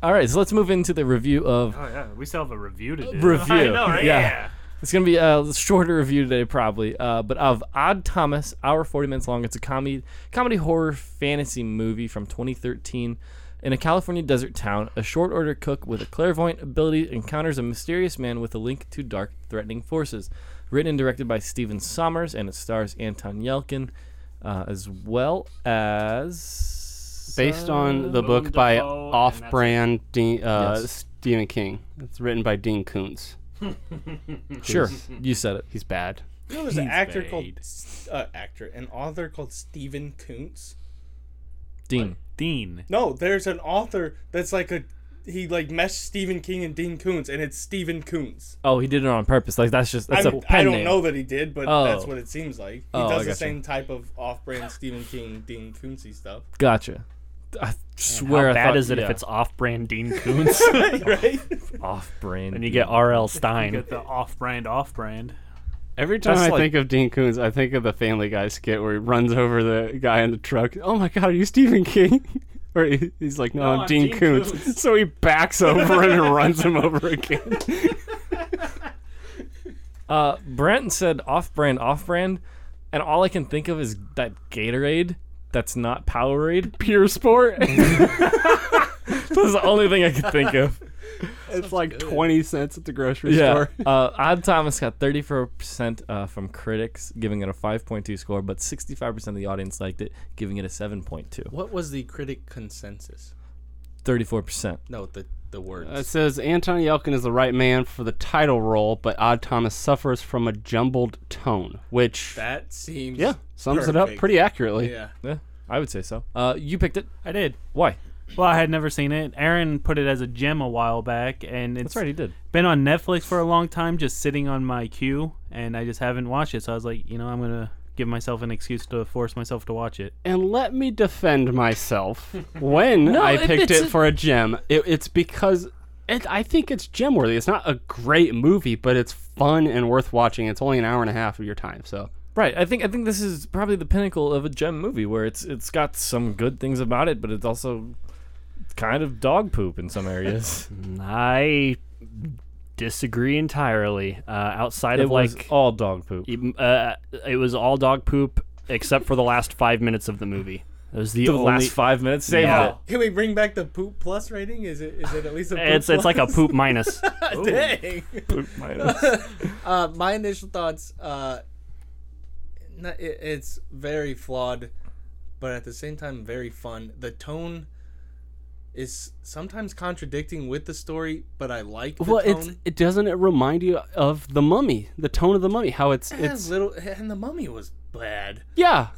Speaker 10: All right, so let's move into the review of
Speaker 12: Oh yeah, we still have a review to do.
Speaker 10: review.
Speaker 12: I know, right? Yeah.
Speaker 10: It's going to be a shorter review today, probably, uh, but of Odd Thomas, hour 40 minutes long. It's a comedy, comedy horror fantasy movie from 2013. In a California desert town, a short order cook with a clairvoyant ability encounters a mysterious man with a link to dark, threatening forces. Written and directed by Steven Sommers, and it stars Anton Yelkin, uh, as well as.
Speaker 1: Based on the book by off-brand Dean, uh, Stephen King. It's written by Dean Koontz.
Speaker 10: Sure, you said it.
Speaker 1: He's bad.
Speaker 3: You know, there's an
Speaker 1: He's
Speaker 3: actor
Speaker 1: bad.
Speaker 3: called uh, actor, an author called Stephen Koontz.
Speaker 10: Dean.
Speaker 12: Dean.
Speaker 3: No, there's an author that's like a he like meshed Stephen King and Dean Koontz, and it's Stephen Koontz.
Speaker 10: Oh, he did it on purpose. Like that's just that's
Speaker 3: I'm-
Speaker 10: a pen
Speaker 3: I don't
Speaker 10: name.
Speaker 3: know that he did, but
Speaker 10: Oh.
Speaker 3: that's what it seems like. He
Speaker 10: Oh, I
Speaker 3: does the
Speaker 10: gotcha.
Speaker 3: same type of off-brand Stephen King, Dean Koontzy stuff.
Speaker 10: Gotcha. I swear.
Speaker 13: how
Speaker 10: I
Speaker 13: bad
Speaker 10: thought-
Speaker 13: is it if
Speaker 10: yeah.
Speaker 13: it's off-brand Dean Koontz?
Speaker 3: right?
Speaker 10: Off-brand.
Speaker 13: And you get R.L.
Speaker 12: You
Speaker 13: Stein.
Speaker 12: get the off-brand, off-brand.
Speaker 1: Every time
Speaker 12: That's
Speaker 1: I
Speaker 12: like-
Speaker 1: think of Dean Koontz, I think of the Family Guy skit where he runs over the guy in the truck. Oh my God, are you Stephen King? or he- he's like, No, I'm, Dean, Koontz. So he backs over him and runs him over again.
Speaker 10: Uh, Brent said off-brand, off-brand, and all I can think of is that Gatorade. That's not Powerade.
Speaker 1: Pure Sport.
Speaker 10: That's the only thing I could think of.
Speaker 1: It's like 20 cents at the grocery store.
Speaker 10: uh, Odd Thomas got 34% uh, from critics, giving it a 5.2 score, but 65% of the audience liked it, giving it a 7.2.
Speaker 3: What was the critic consensus?
Speaker 10: 34%.
Speaker 3: No, the the words.
Speaker 1: It says Anton Yelkin is the right man for the title role, but Odd Thomas suffers from a jumbled tone, which
Speaker 3: that seems
Speaker 1: yeah sums it up
Speaker 3: perfect.
Speaker 1: pretty accurately.
Speaker 3: Yeah.
Speaker 10: yeah, I would say so. Uh, you picked it.
Speaker 12: I did.
Speaker 10: Why?
Speaker 12: Well, I had never seen it. Aaron put it as a gem a while back, and it's
Speaker 10: right, he did.
Speaker 12: Been on Netflix for a long time, just sitting on my queue, and I just haven't watched it. So I was like, you know, I'm gonna give myself an excuse to force myself to watch it.
Speaker 1: And let me defend myself. when
Speaker 12: No,
Speaker 1: I
Speaker 12: it-
Speaker 1: picked
Speaker 12: it's
Speaker 1: it
Speaker 12: a-
Speaker 1: for a gem, it, it's because it, I think it's gem worthy. It's not a great movie, but it's fun and worth watching. It's only an hour and a half of your time, so
Speaker 10: Right. I think I think this is probably the pinnacle of a gem movie where it's it's got some good things about it, but it's also kind of dog poop in some areas.
Speaker 13: I disagree entirely. Uh, outside
Speaker 10: It
Speaker 13: of
Speaker 10: was
Speaker 13: like
Speaker 10: all dog poop.
Speaker 13: Uh, it was all dog poop except for the last five minutes of the movie. It was the,
Speaker 10: The
Speaker 13: only...
Speaker 10: last five minutes saved
Speaker 13: Yeah.
Speaker 10: it.
Speaker 3: Can we bring back the poop plus rating? Is it is it at least a poop
Speaker 13: It's it's like a
Speaker 3: plus?
Speaker 13: poop minus.
Speaker 3: Dang.
Speaker 10: Poop minus.
Speaker 3: uh, my initial thoughts. Uh, no- it, it's very flawed, but at the same time very fun. The tone is sometimes contradicting with the story, but I like. The
Speaker 1: well,
Speaker 3: tone.
Speaker 1: it's it doesn't it remind you of the Mummy, the tone of the Mummy, how it's
Speaker 3: Eh,
Speaker 1: it's
Speaker 3: little, and the mummy was bad.
Speaker 1: yeah,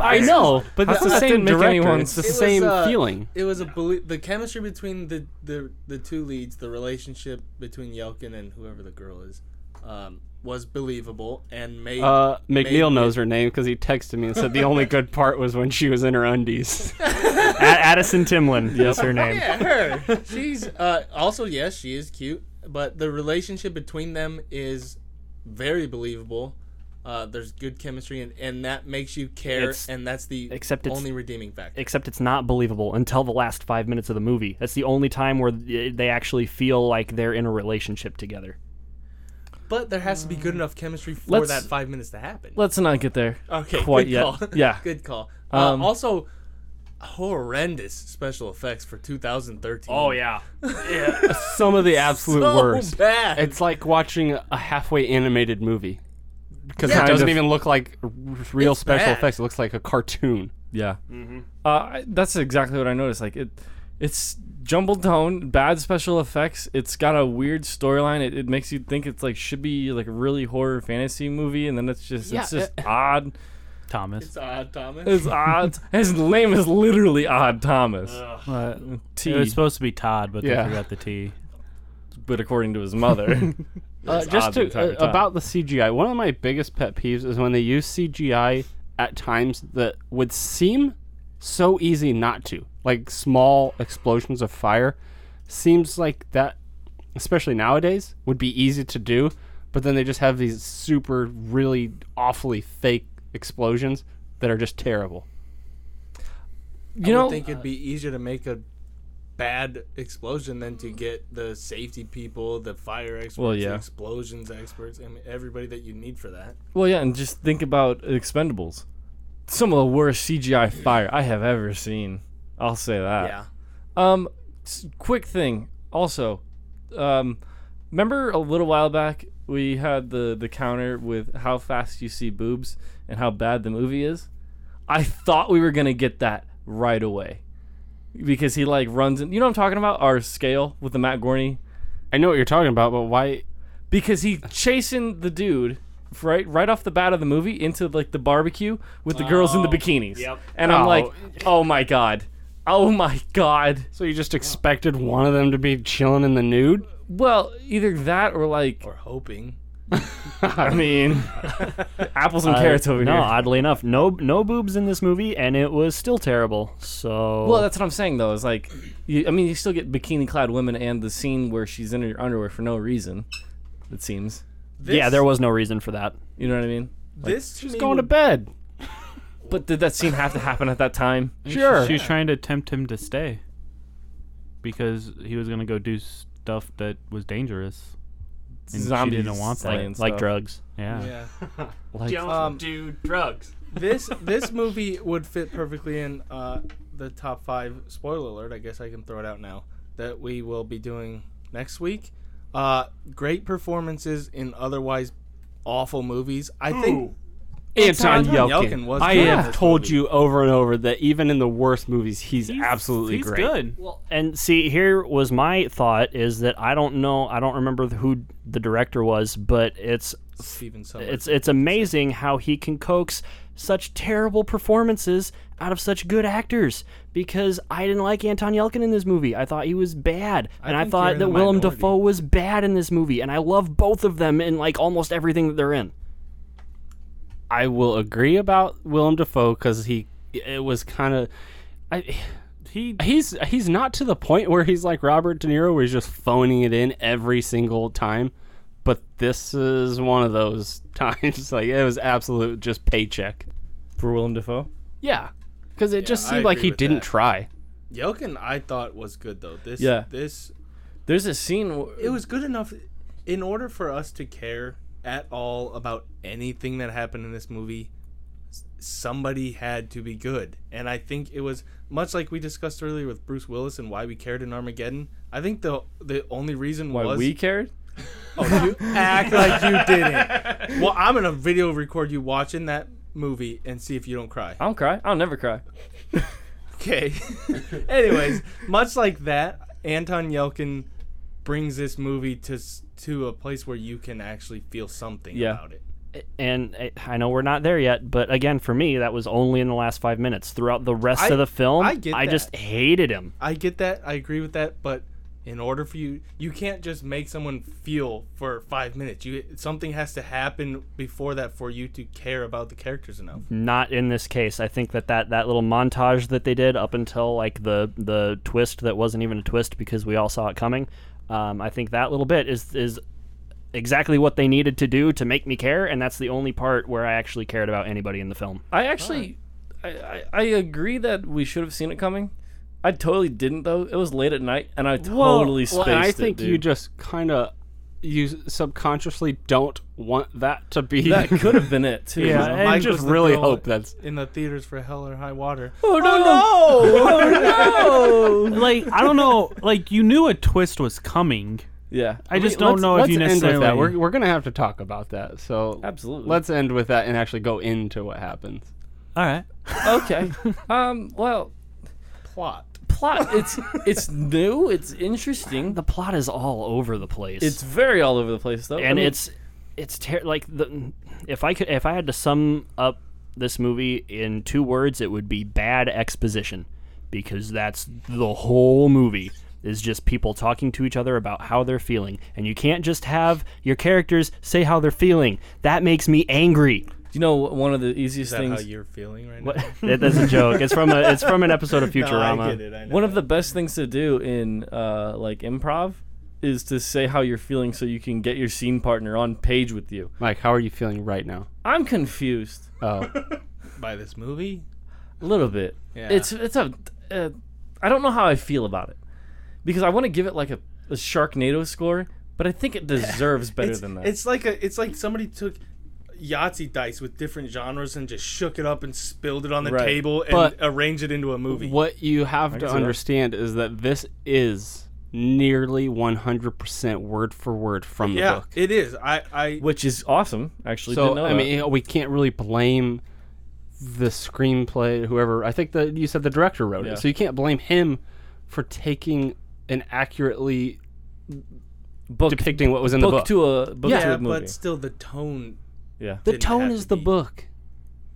Speaker 1: I know, but
Speaker 10: How
Speaker 1: it's
Speaker 10: come
Speaker 1: the
Speaker 10: that
Speaker 1: same
Speaker 10: didn't make
Speaker 1: director.
Speaker 10: anyone-
Speaker 1: It's the
Speaker 3: It was,
Speaker 1: same
Speaker 3: uh,
Speaker 1: feeling.
Speaker 3: It was a belie- the chemistry between the, the the two leads, the relationship between Yelkin and whoever the girl is, um, was believable and made.
Speaker 1: Uh,
Speaker 3: made
Speaker 1: McNeil
Speaker 3: me-
Speaker 1: knows her name because he texted me and said the only good part was when she was in her undies.
Speaker 13: Addison Timlin is her name.
Speaker 3: Yeah, her. She's uh, also yes, she is cute, but the relationship between them is very believable. Uh, there's good chemistry, and, and that makes you care,
Speaker 13: It's-
Speaker 3: and that's the
Speaker 13: except it's-
Speaker 3: only redeeming factor.
Speaker 13: Except it's not believable until the last five minutes of the movie. That's the only time where th- eh, they actually feel like they're in a relationship together.
Speaker 3: But there has to be good enough chemistry for
Speaker 10: Let's-
Speaker 3: that five minutes to happen.
Speaker 10: Let's not get there.
Speaker 3: Okay,
Speaker 10: Quite
Speaker 3: good
Speaker 10: yet.
Speaker 3: call.
Speaker 10: Yeah.
Speaker 3: good call. Uh,
Speaker 10: Um,
Speaker 3: also, horrendous special effects for 2013.
Speaker 13: Oh yeah,
Speaker 1: some of the absolute
Speaker 3: So
Speaker 1: worst.
Speaker 3: bad.
Speaker 1: It's like watching a halfway animated movie because
Speaker 3: Yeah.
Speaker 1: it doesn't
Speaker 10: Kind of.
Speaker 1: even look like r- real
Speaker 10: It's
Speaker 1: special
Speaker 10: bad.
Speaker 1: effects. It looks like a cartoon.
Speaker 10: Yeah. Uh, I- that's exactly what I noticed. Like it, it's jumbled tone, bad special effects. It's got a weird storyline. It, it makes you think it's like should be like a really horror fantasy movie, and then it's just
Speaker 3: Yeah,
Speaker 10: it's just
Speaker 3: it-
Speaker 10: odd.
Speaker 12: Thomas.
Speaker 3: It's odd, Uh, Thomas.
Speaker 10: It's odd. His name is literally Odd Thomas.
Speaker 12: But
Speaker 10: T.
Speaker 12: It was supposed to be Todd, but
Speaker 10: Yeah.
Speaker 12: they forgot the T.
Speaker 10: but according to his mother,
Speaker 1: Uh,
Speaker 10: it's
Speaker 1: just
Speaker 10: odd the
Speaker 1: to,
Speaker 10: entire
Speaker 1: uh,
Speaker 10: time.
Speaker 1: about the CGI, one of my biggest pet peeves is when they use CGI at times that would seem so easy not to, like small explosions of fire. Seems like that, especially nowadays, would be easy to do, but then they just have these super, really awfully fake explosions that are just terrible.
Speaker 3: I would think it'd be easier to make a bad explosion than to get the safety people, the fire experts,
Speaker 10: Well,
Speaker 3: the
Speaker 10: yeah.
Speaker 3: explosions experts, I mean, everybody that you need for that.
Speaker 10: Well, yeah, and just think about Expendables. Some of the worst CGI fire I have ever seen. I'll say that.
Speaker 3: Yeah.
Speaker 10: Um, s- quick thing. Also, um, remember a little while back we had the the counter with how fast you see boobs and how bad the movie is. I thought we were gonna get that right away because he like runs in. You know what I'm talking about? Our scale with the Matt Gorney.
Speaker 1: I know what you're talking about, but why?
Speaker 10: Because he chasing the dude right right off the bat of the movie into like the barbecue with the girls in the
Speaker 1: Oh,
Speaker 10: bikinis.
Speaker 1: yep.
Speaker 10: And I'm
Speaker 1: Oh.
Speaker 10: like, oh my god, oh my god.
Speaker 1: So you just expected one of them to be chilling in the nude?
Speaker 10: Well, either that or like,
Speaker 3: or hoping.
Speaker 10: I mean, apples and
Speaker 13: Uh,
Speaker 10: carrots over
Speaker 13: no,
Speaker 10: here.
Speaker 13: oddly enough, no no boobs in this movie, and it was still terrible. So
Speaker 10: Well, that's what I'm saying though. Is like, you, I mean, you still get bikini clad women and the scene where she's in her underwear for no reason. It seems.
Speaker 13: yeah, there was no reason for that.
Speaker 10: You know what I mean?
Speaker 3: This
Speaker 1: She's going to bed.
Speaker 10: But did that scene have to happen at that time?
Speaker 12: She, was trying to tempt him to stay because he was going to go do stuff that was dangerous. And
Speaker 10: Zombies
Speaker 12: she didn't want that.
Speaker 10: slaying Like- like stuff. drugs.
Speaker 12: Yeah.
Speaker 3: Yeah.
Speaker 10: Like- um,
Speaker 12: Don't
Speaker 3: do drugs. this this movie would fit perfectly in uh, the top five. Spoiler alert! I guess I can throw it out now that we will be doing next week. Uh, great performances in otherwise awful movies. I think
Speaker 1: Anton,
Speaker 3: Anton
Speaker 1: Yelkin.
Speaker 3: Yelkin was
Speaker 1: I
Speaker 3: good in
Speaker 1: have
Speaker 3: this
Speaker 1: told you over and over that even in the worst movies, he's, absolutely
Speaker 13: he's
Speaker 1: great.
Speaker 13: good.
Speaker 11: And see, here was my thought: is that I don't know, I don't remember who the director was, but it's
Speaker 3: Steven Soderbergh.
Speaker 11: it's it's amazing how he can coax such terrible performances out of such good actors. Because I didn't like Anton Yelkin in this movie; I thought he was bad,
Speaker 3: I
Speaker 11: and I
Speaker 3: think you're
Speaker 11: thought
Speaker 3: in
Speaker 11: that
Speaker 3: the
Speaker 11: Willem
Speaker 3: minority.
Speaker 11: Dafoe was bad in this movie. And I love both of them in like almost everything that they're in.
Speaker 1: I will agree about Willem Dafoe because he it was kind of I
Speaker 12: he
Speaker 1: he's he's not to the point where he's like Robert De Niro where he's just phoning it in every single time. But this is one of those times like it was absolute just paycheck
Speaker 10: for Willem Dafoe.
Speaker 1: Yeah, because it just
Speaker 3: I
Speaker 1: seemed like
Speaker 3: agree
Speaker 1: he
Speaker 3: with
Speaker 1: didn't
Speaker 3: that.
Speaker 1: try.
Speaker 3: Yelkin, I thought was good though. This
Speaker 1: Yeah.
Speaker 3: this
Speaker 10: There's a scene. w-
Speaker 3: it was good enough in order for us to care at all about anything that happened in this movie s- somebody had to be good and i think it was much like we discussed earlier with bruce willis and why we cared in armageddon i think the the only reason
Speaker 10: Why
Speaker 3: was
Speaker 10: we cared?
Speaker 3: oh you act like you didn't well i'm gonna video record you watching that movie and see if you don't cry
Speaker 10: I don't cry. I'll never cry.
Speaker 3: Okay. Anyways, much like that, Anton Yelkin brings this movie to s- to a place where you can actually feel something
Speaker 11: Yeah.
Speaker 3: about it.
Speaker 11: and I- I know we're not there yet, but again, for me, that was only in the last five minutes. Throughout the rest
Speaker 3: I-
Speaker 11: of the film,
Speaker 3: I get that.
Speaker 11: just hated him.
Speaker 3: I get that. I agree with that, but in order for you you can't just make someone feel for 5 minutes. You something has to happen before that for you to care about the characters enough.
Speaker 11: Not in this case. I think that, that that little montage that they did up until like the the twist that wasn't even a twist because we all saw it coming. Um, I think that little bit is is exactly what they needed to do to make me care, and that's the only part where I actually cared about anybody in the film.
Speaker 10: I actually, I, I, I agree that we should have seen it coming. I totally didn't though. It was late at night, and I totally spaced
Speaker 1: well, and I
Speaker 10: it,
Speaker 1: think
Speaker 10: dude.
Speaker 1: you just kind of you subconsciously don't want that to be.
Speaker 10: That could have been it, too.
Speaker 1: Yeah,
Speaker 10: You know,
Speaker 1: I
Speaker 10: Mike
Speaker 1: just
Speaker 10: was the
Speaker 1: really
Speaker 10: girl
Speaker 1: hope that's
Speaker 3: in the theaters for hell or high water.
Speaker 10: Oh
Speaker 1: Oh,
Speaker 12: no! no! like I don't know. Like you knew a twist was coming.
Speaker 10: Yeah.
Speaker 12: I just don't know if you necessarily.
Speaker 1: End with that. We're, we're gonna have to talk about that. So
Speaker 10: absolutely,
Speaker 1: let's end with that and actually go into what happens.
Speaker 12: All right.
Speaker 10: okay. Um. Well,
Speaker 3: plot.
Speaker 10: Plot. It's it's new. It's interesting.
Speaker 11: The plot is all over the place.
Speaker 10: It's very all over the place though. I
Speaker 11: and
Speaker 10: mean-
Speaker 11: it's it's ter- like the if I could if I had to sum up this movie in two words, it would be bad exposition because that's the whole movie is just people talking to each other about how they're feeling and you can't just have your characters say how they're feeling that makes me angry
Speaker 10: you know one of the easiest
Speaker 3: Is that
Speaker 10: things
Speaker 3: how you're feeling right
Speaker 11: What-
Speaker 3: now?
Speaker 11: That- that's a joke. It's from a- it's from an episode of No, I Futurama. get it, I know
Speaker 10: One of the best things to do in uh, like improv is to say how you're feeling so you can get your scene partner on page with you.
Speaker 1: Mike, how are you feeling right now?
Speaker 10: I'm confused.
Speaker 1: Oh,
Speaker 3: By this movie?
Speaker 10: a little bit.
Speaker 3: Yeah.
Speaker 10: It's it's a uh, I don't know how I feel about it because I want to give it like a, a Sharknado score, but I think it deserves better
Speaker 3: it's,
Speaker 10: than that.
Speaker 3: It's like a it's like somebody took Yahtzee dice with different genres and just shook it up and spilled it on the
Speaker 1: Right.
Speaker 3: table and
Speaker 1: But-
Speaker 3: arranged it into a movie.
Speaker 1: What you
Speaker 3: I
Speaker 1: have to
Speaker 3: can see that.
Speaker 1: understand is that this is nearly 100% word for word from the
Speaker 3: yeah,
Speaker 1: book.
Speaker 3: it is. I, I
Speaker 10: which is awesome. Actually,
Speaker 1: So
Speaker 10: didn't know
Speaker 1: I
Speaker 10: that.
Speaker 1: mean, you know, we can't really blame the screenplay. Whoever I think that you said the director wrote
Speaker 10: Yeah.
Speaker 1: it, so you can't blame him for taking an accurately depicting what was in the book
Speaker 10: to a book
Speaker 1: yeah.
Speaker 10: to a movie.
Speaker 3: but still the tone.
Speaker 10: Yeah.
Speaker 1: The
Speaker 3: didn't
Speaker 1: tone
Speaker 3: have
Speaker 1: is the book.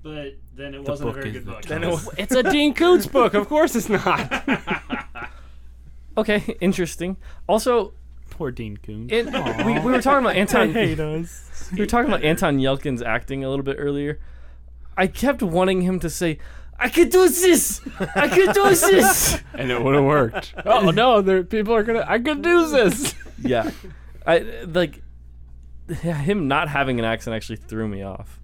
Speaker 11: but then it
Speaker 1: The wasn't a book very is good the book. tone.
Speaker 3: Then it wa-
Speaker 1: It's a Dean Koontz book. Of course, it's not.
Speaker 10: Okay, interesting. Also,
Speaker 12: poor Dean Coon.
Speaker 10: It, we, we were talking about Anton.
Speaker 12: I hate us.
Speaker 10: We were talking about Anton Yelkin's acting a little bit earlier. I kept wanting him to say, "I could do this. I could do this."
Speaker 1: and it would have worked. Oh no, there people are gonna. I could do this.
Speaker 10: yeah, I like him not having an accent actually threw me off.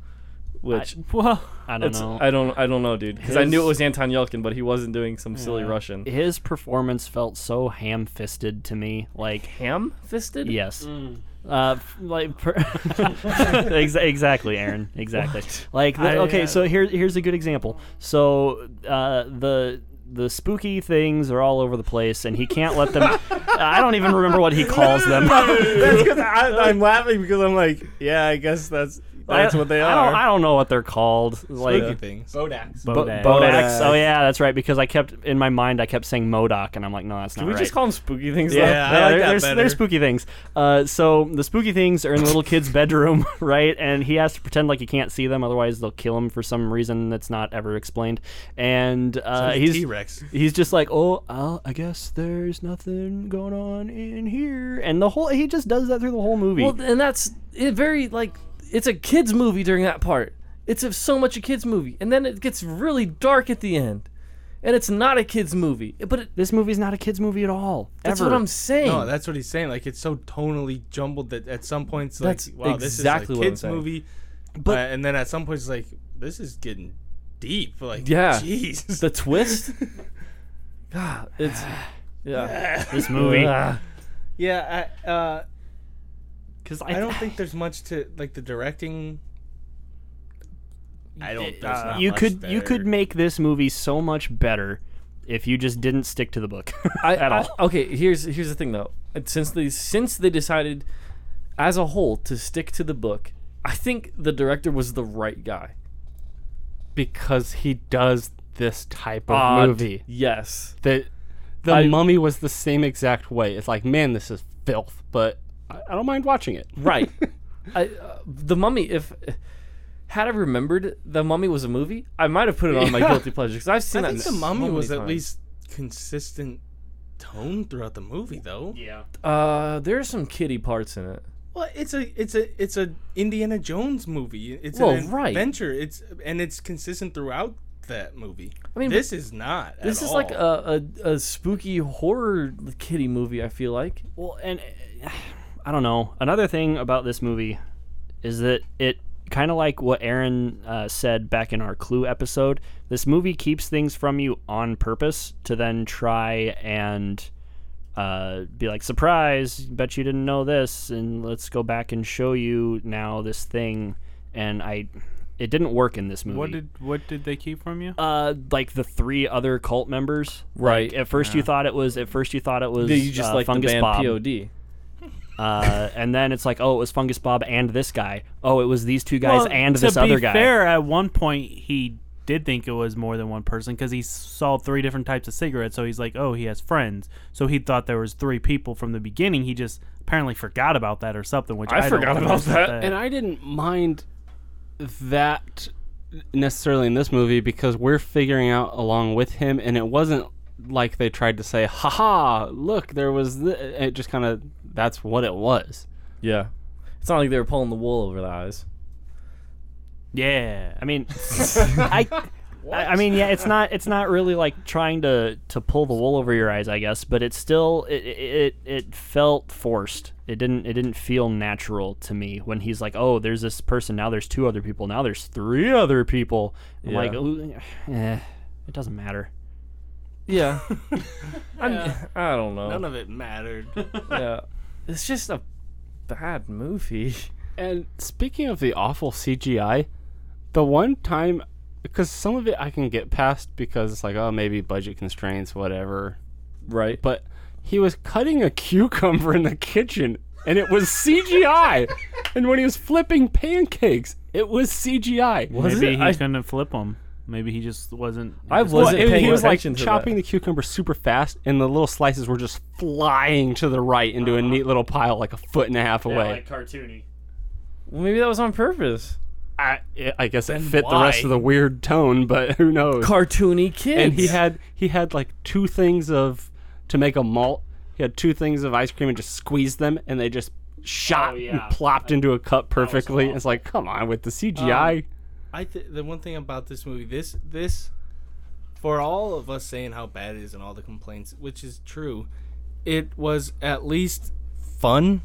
Speaker 10: Which
Speaker 12: well,
Speaker 11: I don't
Speaker 10: it's-
Speaker 11: know.
Speaker 10: I don't. I don't know, dude. Because I
Speaker 11: His-
Speaker 10: knew it was Anton Yelkin, but he wasn't doing some silly
Speaker 11: Yeah.
Speaker 10: Russian.
Speaker 11: His performance felt so ham-fisted to me, like
Speaker 10: ham-fisted.
Speaker 11: Yes.
Speaker 10: Mm.
Speaker 11: Uh, f- like per- Exa- exactly, Aaron. Exactly. Like the-
Speaker 10: I,
Speaker 11: okay,
Speaker 10: uh,
Speaker 11: so here here's a good example. So uh, the the spooky things are all over the place, and he can't let them. I don't even remember what he calls them.
Speaker 15: That's because I'm laughing because I'm like, yeah, I guess that's
Speaker 13: That's
Speaker 11: I-
Speaker 13: what they
Speaker 11: I don't,
Speaker 13: are.
Speaker 11: I don't know what they're called. Like
Speaker 3: Spooky things. Bodax.
Speaker 11: Bo-
Speaker 13: Bodax.
Speaker 11: Bodax.
Speaker 13: Bodax.
Speaker 11: Oh yeah, that's right. Because I kept in my mind, I kept saying Modoc, and I'm like, no, that's
Speaker 13: Can
Speaker 11: not
Speaker 13: we
Speaker 11: right.
Speaker 13: just call them spooky things?
Speaker 11: Yeah,
Speaker 13: though?
Speaker 11: yeah, they're, they're- they're spooky things. Uh, so the spooky things are in the little kid's bedroom, right? And he has to pretend like he can't see them, otherwise they'll kill him for some reason that's not ever explained. And uh,
Speaker 3: Sounds
Speaker 11: he's
Speaker 3: T-Rex.
Speaker 11: He's just like, oh, i I guess there's nothing going on in here, and the whole he just does that through the whole movie.
Speaker 10: Well, and that's it. Very like it's a kids movie during that part. It's a, so much a kids movie, and then it gets really dark at the end, and it's not a kids movie. But it,
Speaker 11: this movie's not a kids movie at all.
Speaker 10: That's what I'm saying.
Speaker 3: No, that's what he's saying. Like it's so tonally jumbled that at some points, like
Speaker 10: That's
Speaker 3: wow,
Speaker 10: exactly
Speaker 3: this is
Speaker 10: what
Speaker 3: a
Speaker 10: I'm
Speaker 3: kids
Speaker 10: saying.
Speaker 3: movie,
Speaker 10: But-
Speaker 3: uh, and then at some points, like this is getting deep. Like
Speaker 10: yeah,
Speaker 3: jeez,
Speaker 10: the twist. God, it's yeah.
Speaker 11: This movie.
Speaker 10: Ah.
Speaker 3: yeah. I, uh,
Speaker 11: Because
Speaker 3: I, don't think there's much to like the directing. I don't. There's
Speaker 10: Uh,
Speaker 3: not
Speaker 11: you
Speaker 3: much
Speaker 11: could you
Speaker 3: there.
Speaker 11: could make this movie so much better if you just didn't stick to the book
Speaker 10: I,
Speaker 11: at
Speaker 10: I-
Speaker 11: all.
Speaker 10: okay, here's here's the thing though. And Since they since they decided as a whole to stick to the book, I think the director was the right guy.
Speaker 1: because he does this type of
Speaker 10: Odd.
Speaker 1: movie.
Speaker 10: Yes.
Speaker 1: That the
Speaker 10: I-
Speaker 1: mummy was the same exact way. It's like, man, this is filth, but I, I don't mind watching it.
Speaker 10: Right. I, uh, the Mummy if had I remembered The Mummy was a movie, I might have put it on my
Speaker 1: Yeah.
Speaker 10: guilty pleasure cuz I've
Speaker 3: I
Speaker 10: seen that
Speaker 3: think the
Speaker 10: so
Speaker 3: mummy
Speaker 10: many
Speaker 3: was at
Speaker 10: times.
Speaker 3: least consistent tone throughout the movie, though.
Speaker 11: Yeah.
Speaker 10: uh there's some kiddie parts in it.
Speaker 3: Well, it's a it's a it's a Indiana Jones movie. It's
Speaker 10: Well,
Speaker 3: an
Speaker 10: right.
Speaker 3: adventure. It's and it's consistent throughout that movie.
Speaker 10: I mean,
Speaker 3: this is not.
Speaker 10: This
Speaker 3: at
Speaker 10: is like
Speaker 3: all.
Speaker 10: a, a, a spooky horror kiddie movie, I feel like.
Speaker 11: Well, and uh, I don't know. Another thing about this movie is that it kind of like what Aaron uh, said back in our Clue episode. This movie keeps things from you on purpose to then try and uh, be like, surprise! Bet you didn't know this, and let's go back and show you now this thing. And I, it didn't work in this movie
Speaker 12: What did what did they keep from you?
Speaker 11: uh like the three other cult members.
Speaker 10: Right.
Speaker 11: Like, at first you thought it was at first you thought it was
Speaker 10: you just
Speaker 11: uh,
Speaker 10: like
Speaker 11: Fungus
Speaker 10: the band
Speaker 11: Bob.
Speaker 10: POD.
Speaker 11: Uh, and then it's like, oh, it was Fungus Bob and this guy. Oh, it was these two guys
Speaker 12: Well,
Speaker 11: and
Speaker 12: to
Speaker 11: this
Speaker 12: be
Speaker 11: other guy.
Speaker 12: fair, at one point he did think it was more than one person because he saw three different types of cigarettes. So he's like, oh, he has friends. So he thought there was three people from the beginning. He just apparently forgot about that or something. Which
Speaker 10: I
Speaker 12: I, don't
Speaker 10: forgot about
Speaker 12: understand
Speaker 10: that.
Speaker 1: And I didn't mind that necessarily in this movie because we're figuring out along with him, and it wasn't like they tried to say, haha, look, there was. Th-. It just kind of, that's what it was.
Speaker 10: Yeah. It's not like they were pulling the wool over the eyes.
Speaker 12: yeah,
Speaker 11: I mean, I, I, I mean, yeah, it's not it's not really like trying to to pull the wool over your eyes, I guess, but it's still it it it felt forced. It didn't it didn't feel natural to me when he's like, oh, there's this person now, there's two other people now, there's three other people. I'm
Speaker 10: Yeah.
Speaker 11: like, "Ooh, eh, it doesn't matter.
Speaker 10: Yeah. I'm, I don't know.
Speaker 3: None of it mattered.
Speaker 10: Yeah. It's just a bad movie.
Speaker 1: And speaking of the awful CGI, the one time, because some of it I can get past because it's like, oh, maybe budget constraints, whatever.
Speaker 10: Right.
Speaker 1: But he was cutting a cucumber in the kitchen, and it was CGI. and when he was flipping pancakes, it was CGI.
Speaker 12: maybe
Speaker 10: I-
Speaker 12: he's gonna flip him. Maybe he just wasn't.
Speaker 10: I
Speaker 1: Well,
Speaker 10: wasn't
Speaker 1: it-
Speaker 10: paying
Speaker 1: he was like
Speaker 10: attention to
Speaker 1: chopping the cucumber super fast, and the little slices were just flying to the right into a
Speaker 10: Uh-huh.
Speaker 1: neat little pile, like a foot and a half away.
Speaker 11: cartoony.
Speaker 10: Well, maybe that was on purpose.
Speaker 1: I, I guess it fit the rest of the weird tone, but who knows?
Speaker 10: Cartoony kids.
Speaker 1: and he had he had like two things of to make a malt. He had two things of ice cream and just squeezed them, and they just shot
Speaker 11: Oh, yeah.
Speaker 1: and plopped into a cup perfectly. It's like, come on with the CGI.
Speaker 3: I th- the one thing about this movie, this this, for all of us saying how bad it is and all the complaints, which is true, it was at least fun.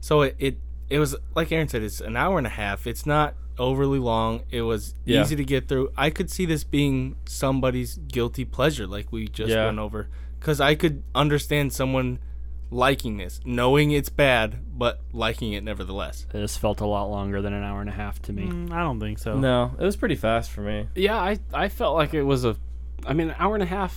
Speaker 3: So it it, it was like Aaron said, it's an hour and a half. It's not overly long. It was
Speaker 10: Yeah.
Speaker 3: easy to get through. I could see this being somebody's guilty pleasure, like we just
Speaker 10: Yeah.
Speaker 3: went over, because I could understand someone liking this, knowing it's bad, but liking it nevertheless.
Speaker 11: This felt a lot longer than an hour and a half to me.
Speaker 12: Mm, I don't think so.
Speaker 10: No, it was pretty fast for me.
Speaker 1: Yeah, I I felt like it was a, I mean, an hour and a half.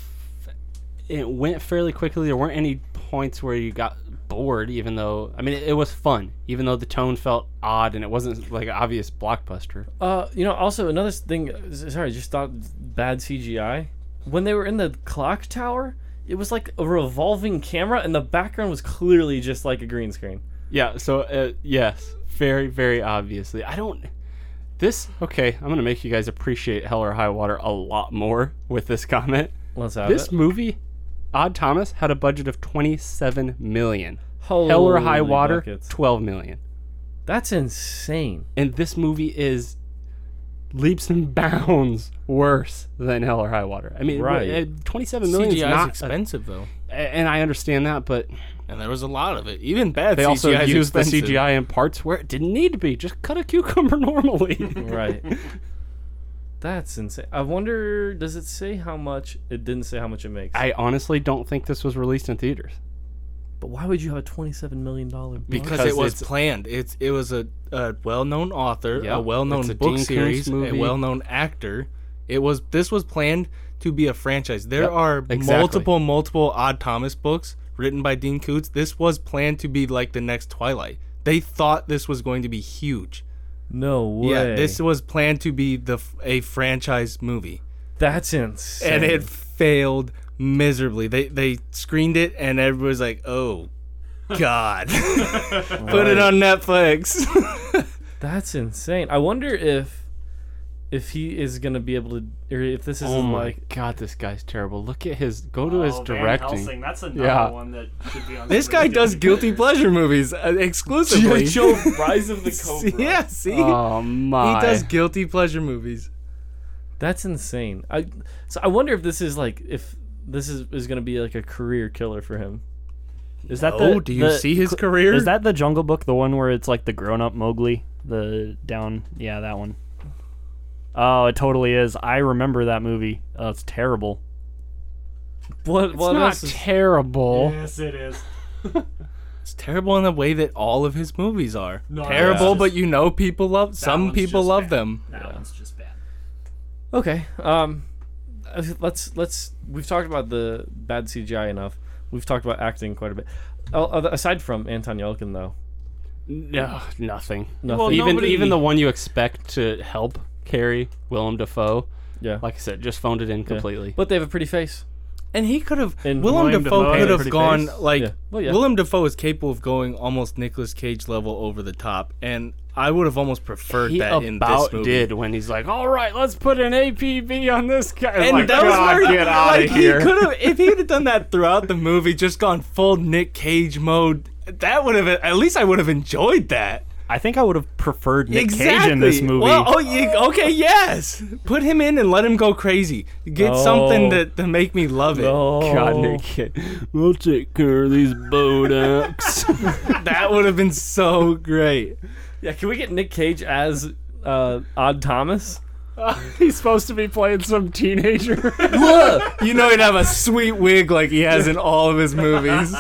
Speaker 1: It went fairly quickly. There weren't any points where you got bored, even though I mean it, it was fun, even though the tone felt odd and it wasn't like an obvious blockbuster.
Speaker 10: Uh, you know, also another thing. Sorry, just thought bad CGI. When they were in the clock tower, it was like a revolving camera, and the background was clearly just like a green screen.
Speaker 1: Yeah. So uh, yes, very very obviously. I don't. This okay. I'm gonna make you guys appreciate Hell or High Water a lot more with this comment.
Speaker 10: Let's have
Speaker 1: this
Speaker 10: it.
Speaker 1: movie. Odd Thomas had a budget of 27 million. Hell or High
Speaker 10: Holy
Speaker 1: Water,
Speaker 10: buckets.
Speaker 1: 12 million.
Speaker 10: That's insane.
Speaker 1: And this movie is leaps and bounds worse than Hell or High Water. I mean,
Speaker 10: Right.
Speaker 1: uh, 27 million is
Speaker 3: CGI is
Speaker 1: not
Speaker 3: expensive, though.
Speaker 1: a- and I understand that, but
Speaker 3: and there was a lot of it. Even bad
Speaker 1: they
Speaker 3: CGI
Speaker 1: also
Speaker 3: is
Speaker 1: used the
Speaker 3: expensive.
Speaker 1: CGI in parts where it didn't need to be. Just cut a cucumber normally.
Speaker 10: Right. That's insane. I wonder, does it say how much? It didn't say how much it makes.
Speaker 1: I honestly don't think this was released in theaters.
Speaker 10: but why would you have a twenty-seven million dollar?
Speaker 3: because,
Speaker 1: Because
Speaker 3: it was
Speaker 1: it's-
Speaker 3: planned. It's it was a, a well-known author,
Speaker 1: Yep.
Speaker 3: a well-known
Speaker 1: It's a Dean
Speaker 3: book
Speaker 1: Koontz
Speaker 3: series, a
Speaker 1: movie.
Speaker 3: well-known actor. It was this was planned to be a franchise. There
Speaker 1: Yep,
Speaker 3: are
Speaker 1: exactly.
Speaker 3: multiple multiple Odd Thomas books written by Dean Koontz. This was planned to be like the next Twilight. They thought this was going to be huge.
Speaker 10: No way.
Speaker 3: Yeah, this was planned to be the f- a franchise movie.
Speaker 10: That's insane.
Speaker 3: and it failed miserably. They they screened it, and everybody's like, "Oh, God, put it on Netflix."
Speaker 10: That's insane. I wonder if if he is gonna be able to, or if this is
Speaker 1: Oh my
Speaker 10: like
Speaker 1: god, this guy's terrible. Look at his go to his
Speaker 11: Oh, Van
Speaker 1: directing.
Speaker 11: Helsing, that's another
Speaker 1: Yeah.
Speaker 11: one that should be on.
Speaker 3: this guy
Speaker 11: somebody's
Speaker 3: does
Speaker 11: DVD.
Speaker 3: guilty pleasure movies uh, exclusively.
Speaker 10: Joe Rise of the Cobra.
Speaker 3: yeah, see,
Speaker 1: Oh my.
Speaker 3: he does guilty pleasure movies.
Speaker 10: That's insane. I so I wonder if this is like if this is is gonna be like a career killer for him.
Speaker 11: Is that
Speaker 3: Oh,
Speaker 11: the?
Speaker 3: do you
Speaker 11: the-
Speaker 3: see his
Speaker 11: cl-
Speaker 3: career?
Speaker 11: Is that the Jungle Book, the one where it's like the grown-up Mowgli, the down? Yeah, that one. Oh, it totally is. I remember that movie. Oh, it's terrible.
Speaker 10: What
Speaker 1: It's
Speaker 10: what
Speaker 1: not
Speaker 10: else? Is,
Speaker 1: terrible.
Speaker 11: Yes, it is.
Speaker 3: It's terrible in the way that all of his movies are terrible, but you know people love. Some
Speaker 11: one's
Speaker 3: people
Speaker 11: just
Speaker 3: love
Speaker 11: bad.
Speaker 3: them.
Speaker 11: That one's just bad.
Speaker 10: okay. Um, uh, let's let's we've talked about the bad CGI enough. We've talked about acting quite a bit. Oh, uh, aside from Anton Yelkin though,
Speaker 1: No, nothing.
Speaker 10: Nothing. Well,
Speaker 1: even
Speaker 3: nobody-
Speaker 1: even the one you expect to help carry Willem Dafoe,
Speaker 10: yeah,
Speaker 1: like I said, just phoned it in
Speaker 10: yeah.
Speaker 1: completely.
Speaker 10: But they have a pretty face.
Speaker 3: And he could have.
Speaker 10: And
Speaker 3: Willem
Speaker 10: Willem
Speaker 3: Dafoe
Speaker 10: Dafoe
Speaker 3: could
Speaker 10: had a
Speaker 3: have
Speaker 10: pretty
Speaker 3: gone
Speaker 10: face.
Speaker 3: like.
Speaker 10: Yeah. Well, yeah.
Speaker 3: Willem Dafoe is capable of going almost Nicolas Cage level over the top, and I would have almost preferred
Speaker 1: he
Speaker 3: that
Speaker 1: about
Speaker 3: in this movie.
Speaker 1: did when he's like, "All right, let's put an APB on this guy."
Speaker 3: And
Speaker 1: like,
Speaker 3: that was
Speaker 1: "God,
Speaker 3: where,
Speaker 1: get out
Speaker 3: like,
Speaker 1: of here.
Speaker 3: He could have, if he had done that throughout the movie, just gone full Nick Cage mode. That would have, at least, I would have enjoyed that.
Speaker 11: I think I would have preferred Nick Cage in this movie.
Speaker 3: Well, oh, ye- okay, yes. Put him in and let him go crazy. Get something to,
Speaker 10: No.
Speaker 3: to make me love it.
Speaker 1: God, Nick, Cage, we'll take care of these buttocks.
Speaker 3: That would have been so great.
Speaker 10: Yeah, can we get Nick Cage as uh, Odd Thomas?
Speaker 1: he's supposed to be playing some teenager.
Speaker 3: You know he'd have a sweet wig like he has in all of his movies.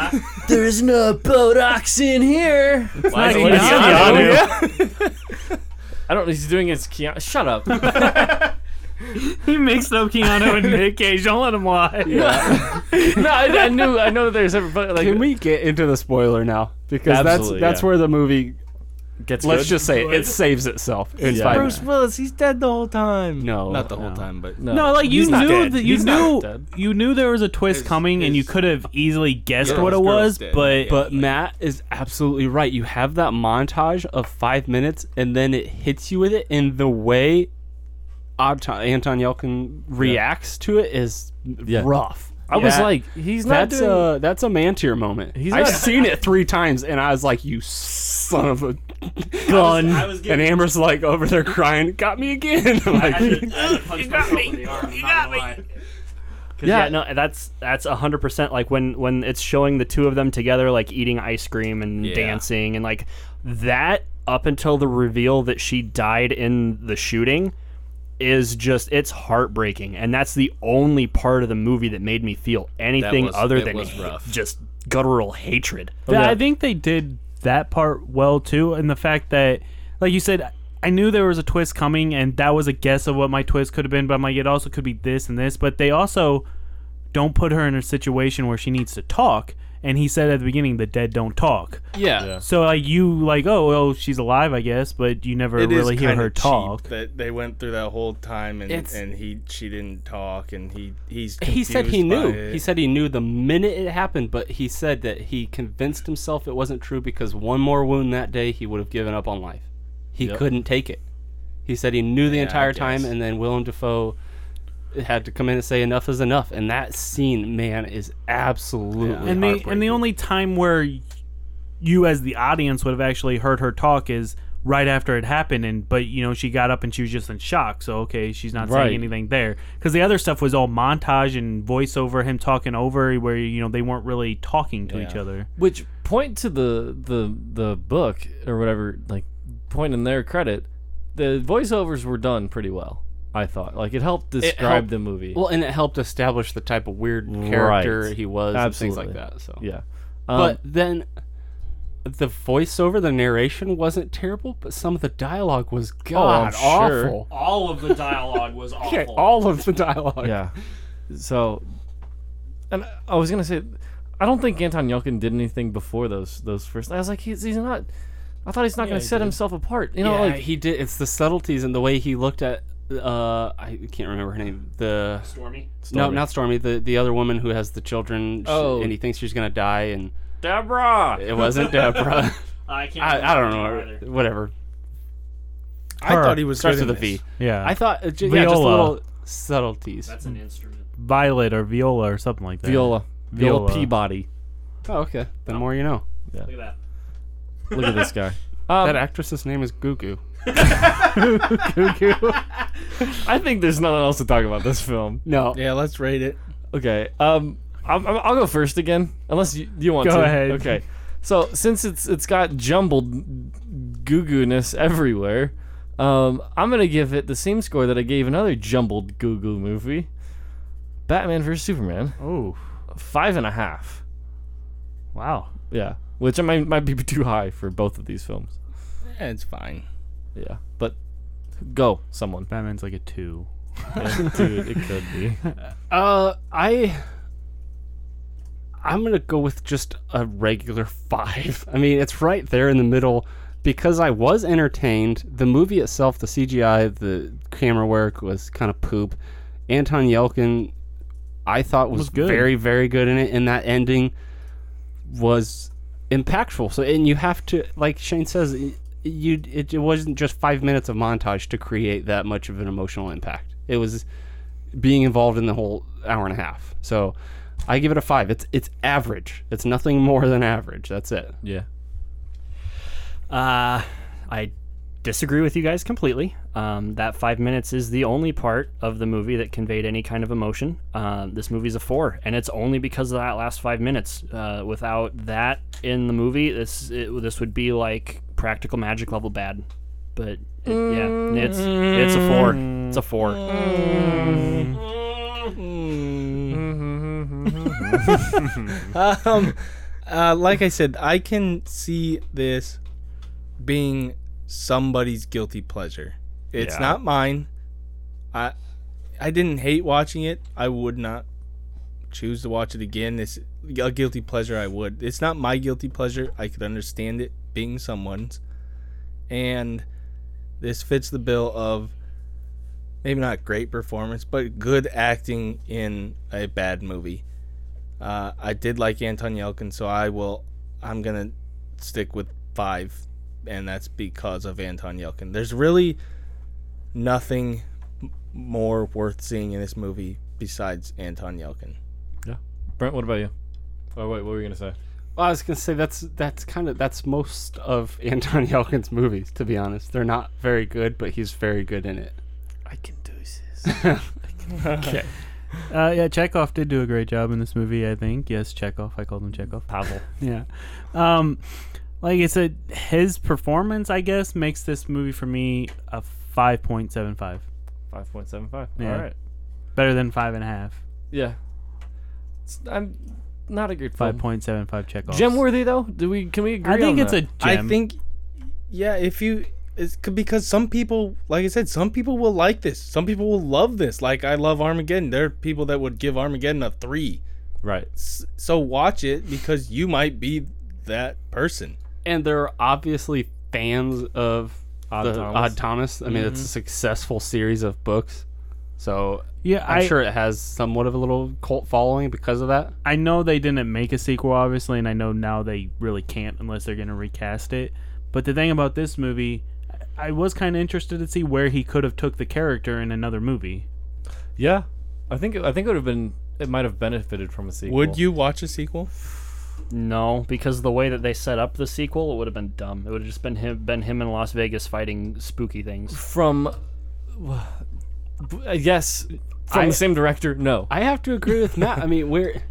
Speaker 10: There's no Botox in here.
Speaker 3: Why is he
Speaker 11: Keanu.
Speaker 3: not
Speaker 11: Keanu.
Speaker 3: Yeah.
Speaker 10: I don't know. He's doing his Keanu. Shut up.
Speaker 12: He mixed up Keanu and Nick Cage. Don't let him lie.
Speaker 10: no, I, I knew. I know that there's every but, like
Speaker 1: Can we get into the spoiler now? Because
Speaker 10: Absolutely,
Speaker 1: that's that's
Speaker 10: yeah.
Speaker 1: where the movie.
Speaker 10: gets.
Speaker 1: Let's
Speaker 10: good?
Speaker 1: just say it, it saves itself in
Speaker 10: Yeah.
Speaker 1: five
Speaker 10: Bruce
Speaker 1: minutes.
Speaker 3: Willis, he's dead the whole time.
Speaker 1: No,
Speaker 3: Not the whole
Speaker 1: no.
Speaker 3: time, but
Speaker 12: No, like you
Speaker 3: He's not
Speaker 12: knew
Speaker 3: dead.
Speaker 12: that you
Speaker 3: He's not
Speaker 12: knew
Speaker 10: dead.
Speaker 12: you knew there was a twist
Speaker 3: His-
Speaker 12: coming, and you
Speaker 3: his-
Speaker 12: could have easily guessed
Speaker 3: Yeah,
Speaker 12: what
Speaker 3: his
Speaker 12: it
Speaker 3: girl's
Speaker 12: was,
Speaker 3: dead.
Speaker 12: but
Speaker 1: But Matt is absolutely right. You have that montage of five minutes, and then it hits you with it, and the way Anton, Anton Yelkin reacts to it is rough.
Speaker 10: I was
Speaker 1: Yeah.
Speaker 10: like, he's not
Speaker 1: that's
Speaker 10: doing.
Speaker 1: a that's a Mantier moment.
Speaker 10: He's
Speaker 1: I've
Speaker 10: not-
Speaker 1: seen it three times, and I was like, "You son of a gun!" and Amber's like over there crying, "Got me again!" I'm like,
Speaker 11: you got me. You got me.
Speaker 10: Yeah.
Speaker 11: Yeah. no, that's that's hundred percent. Like when when it's showing the two of them together, like eating ice cream and dancing, and like that up until the reveal that she died in the shooting is just it's heartbreaking, and that's the only part of the movie that made me feel anything
Speaker 3: was-
Speaker 11: other
Speaker 3: it
Speaker 11: than
Speaker 3: was
Speaker 11: ha-
Speaker 3: rough.
Speaker 11: just guttural hatred.
Speaker 12: Yeah,
Speaker 10: yeah.
Speaker 12: I think they did that part well too, and the fact that, like you said, I knew there was a twist coming, and that was a guess of what my twist could have been. But I'm like, it also could be this and this. But they also don't put her in a situation where she needs to talk. and he said at the beginning the dead don't talk.
Speaker 1: Yeah. Yeah.
Speaker 12: So like you like oh well she's alive I guess but you never
Speaker 3: It is
Speaker 12: really hear
Speaker 3: kinda
Speaker 12: her
Speaker 3: cheap
Speaker 12: talk.
Speaker 3: That they went through that whole time, and,
Speaker 1: It's-
Speaker 3: and he she didn't talk, and he he's
Speaker 1: He said he
Speaker 3: confused by
Speaker 1: knew.
Speaker 3: it.
Speaker 1: He said he knew the minute it happened, but he said that he convinced himself it wasn't true because one more wound that day he would have given up on life. He
Speaker 3: Yep.
Speaker 1: couldn't take it. He said he knew the
Speaker 3: Yeah, I
Speaker 1: entire time,
Speaker 3: guess.
Speaker 1: and then Willem Dafoe had to come in and say enough is enough. And that scene, man, is absolutely
Speaker 12: and the
Speaker 1: heartbreaking.
Speaker 12: and the only time where y- you as the audience would have actually heard her talk is right after it happened and but you know she got up and she was just in shock so okay she's not
Speaker 10: Right.
Speaker 12: saying anything there because the other stuff was all montage and voiceover him talking over where you know they weren't really talking to each
Speaker 10: Yeah.
Speaker 12: other
Speaker 10: Which point to the the the book or whatever, like point in their credit, the voiceovers were done pretty well. I thought like it helped
Speaker 1: It
Speaker 10: describe
Speaker 1: helped-
Speaker 10: the movie.
Speaker 1: Well, and it helped establish the type of weird character
Speaker 10: Right.
Speaker 1: he was and things like
Speaker 10: Absolutely.
Speaker 1: that. So
Speaker 10: Yeah. Um,
Speaker 1: but then the voiceover, the narration wasn't terrible, but some of the dialogue was god awful.
Speaker 11: All of the dialogue was awful.
Speaker 1: Okay, all of the dialogue.
Speaker 10: Yeah. So, and I was gonna say, I don't think Anton Yelkin did anything before those those first. I was like, he's, he's not. I thought he's not
Speaker 1: Yeah,
Speaker 10: gonna
Speaker 1: he
Speaker 10: set
Speaker 1: did.
Speaker 10: himself apart. You know,
Speaker 1: Yeah,
Speaker 10: like
Speaker 1: he did. It's the subtleties and the way he looked at. Uh, I can't remember her name. The
Speaker 11: Stormy?
Speaker 1: No,
Speaker 11: Stormy.
Speaker 1: not Stormy. The the other woman who has the children. She-
Speaker 11: Oh.
Speaker 1: and he thinks she's gonna die, and
Speaker 11: Deborah.
Speaker 1: it wasn't Deborah.
Speaker 11: I can't
Speaker 1: I, I don't know.
Speaker 11: remember either.
Speaker 1: Whatever.
Speaker 3: I thought he was
Speaker 1: starts
Speaker 3: good
Speaker 1: with a
Speaker 3: in
Speaker 1: V.
Speaker 3: this.
Speaker 12: Yeah.
Speaker 1: I thought uh, j- yeah, just a
Speaker 12: Viola.
Speaker 1: little subtleties.
Speaker 11: That's an instrument.
Speaker 12: violet or viola or something like that
Speaker 10: Viola. Viola Peabody.
Speaker 1: Oh, okay. The more you know.
Speaker 10: Yeah.
Speaker 11: Look at
Speaker 10: that. Look at this guy.
Speaker 1: that actress's name is Gugu.
Speaker 10: I think there's nothing else to talk about this film.
Speaker 1: No.
Speaker 3: Yeah, let's rate it.
Speaker 10: Okay. Um, I'm, I'm, I'll go first again, unless you, you want
Speaker 12: Go
Speaker 10: to.
Speaker 12: ahead.
Speaker 10: Okay. So since it's it's got jumbled goo ness everywhere, um, I'm gonna give it the same score that I gave another jumbled goo goo movie, Batman vs Superman.
Speaker 12: Oh,
Speaker 10: five and a half.
Speaker 12: Wow.
Speaker 10: Yeah, which I might might be too high for both of these films.
Speaker 3: Yeah, Eh, it's fine.
Speaker 10: Yeah, but go someone.
Speaker 12: Batman's like a two.
Speaker 10: Dude, it could be.
Speaker 1: Uh, I. I'm gonna go with just a regular five. I mean, it's right there in the middle because I was entertained. The movie itself, the CGI, the camera work was kind of poop. Anton Yelkin, I thought was,
Speaker 12: Was good.
Speaker 1: very, very good in it, and that ending was impactful. So, and you have to, like Shane says, y- you it, it wasn't just five minutes of montage to create that much of an emotional impact. It was being involved in the whole hour and a half. So I give it a five. It's it's average. It's nothing more than average. That's it.
Speaker 10: Yeah.
Speaker 11: Uh, I disagree with you guys completely. Um, that five minutes is the only part of the movie that conveyed any kind of emotion. Uh, this movie's a four, and it's only because of that last five minutes. Uh, without that in the movie, this it, this would be like practical magic level bad. But it, yeah, it's it's a four. It's a four.
Speaker 3: um, uh, like I said, I can see this being somebody's guilty pleasure. It's
Speaker 12: Yeah.
Speaker 3: not mine. I I didn't hate watching it. I would not choose to watch it again. It's a guilty pleasure. I would. It's not my guilty pleasure. I could understand it being someone's, and this fits the bill of maybe not great performance, but good acting in a bad movie. Uh, I did like Anton Yelkin, so I will. I'm gonna stick with five, and that's because of Anton Yelkin. There's really nothing m- more worth seeing in this movie besides Anton Yelkin.
Speaker 10: Brent, what about you? Oh wait, what were you gonna say?
Speaker 1: Well, I was gonna say that's that's kind of that's most of Anton Yelkin's movies. To be honest, they're not very good, but he's very good in it.
Speaker 10: I can do this.
Speaker 1: Okay.
Speaker 12: Uh, yeah, Chekhov did do a great job in this movie, I think. Yes, Chekhov. I called him Chekhov.
Speaker 11: Pavel.
Speaker 12: yeah. Um, like I said, his performance, I guess, makes this movie for me a 5.75.
Speaker 10: Five point seven five.
Speaker 12: Yeah.
Speaker 10: All right.
Speaker 12: Better than five and a half.
Speaker 10: Yeah. It's, I'm not a good
Speaker 12: Five
Speaker 10: film.
Speaker 12: point seven five Chekhov.
Speaker 10: Gem worthy though? Do we can we agree?
Speaker 12: I
Speaker 10: on
Speaker 12: think it's
Speaker 10: that?
Speaker 12: a
Speaker 3: I
Speaker 12: gem.
Speaker 3: think, yeah, if you, it's c- because some people, like I said, some people will like this. Some people will love this. Like I love Armageddon. There are people that would give Armageddon a three.
Speaker 10: Right.
Speaker 3: S- So watch it because you might be that person.
Speaker 1: And there are obviously fans of
Speaker 3: Odd
Speaker 1: the
Speaker 3: Thomas.
Speaker 1: Odd Thomas. I mean, it's
Speaker 3: Mhm.
Speaker 10: Mm-hmm.
Speaker 1: a successful series of books, so
Speaker 12: Yeah,
Speaker 1: I'm
Speaker 12: I-
Speaker 1: sure it has somewhat of a little cult following because of that.
Speaker 12: I know they didn't make a sequel, obviously, and I know now they really can't unless they're going to recast it. But the thing about this movie, I I was kind of interested to see where he could have took the character in another movie.
Speaker 10: Yeah, I think I think it would have been it might have benefited from a sequel.
Speaker 3: Would you watch a sequel?
Speaker 11: No, because the way that they set up the sequel, it would have been dumb. It would have just been him, been him in Las Vegas fighting spooky things.
Speaker 10: from? uh, Yes, from the same director. No,
Speaker 1: I have to agree with Matt. I mean, where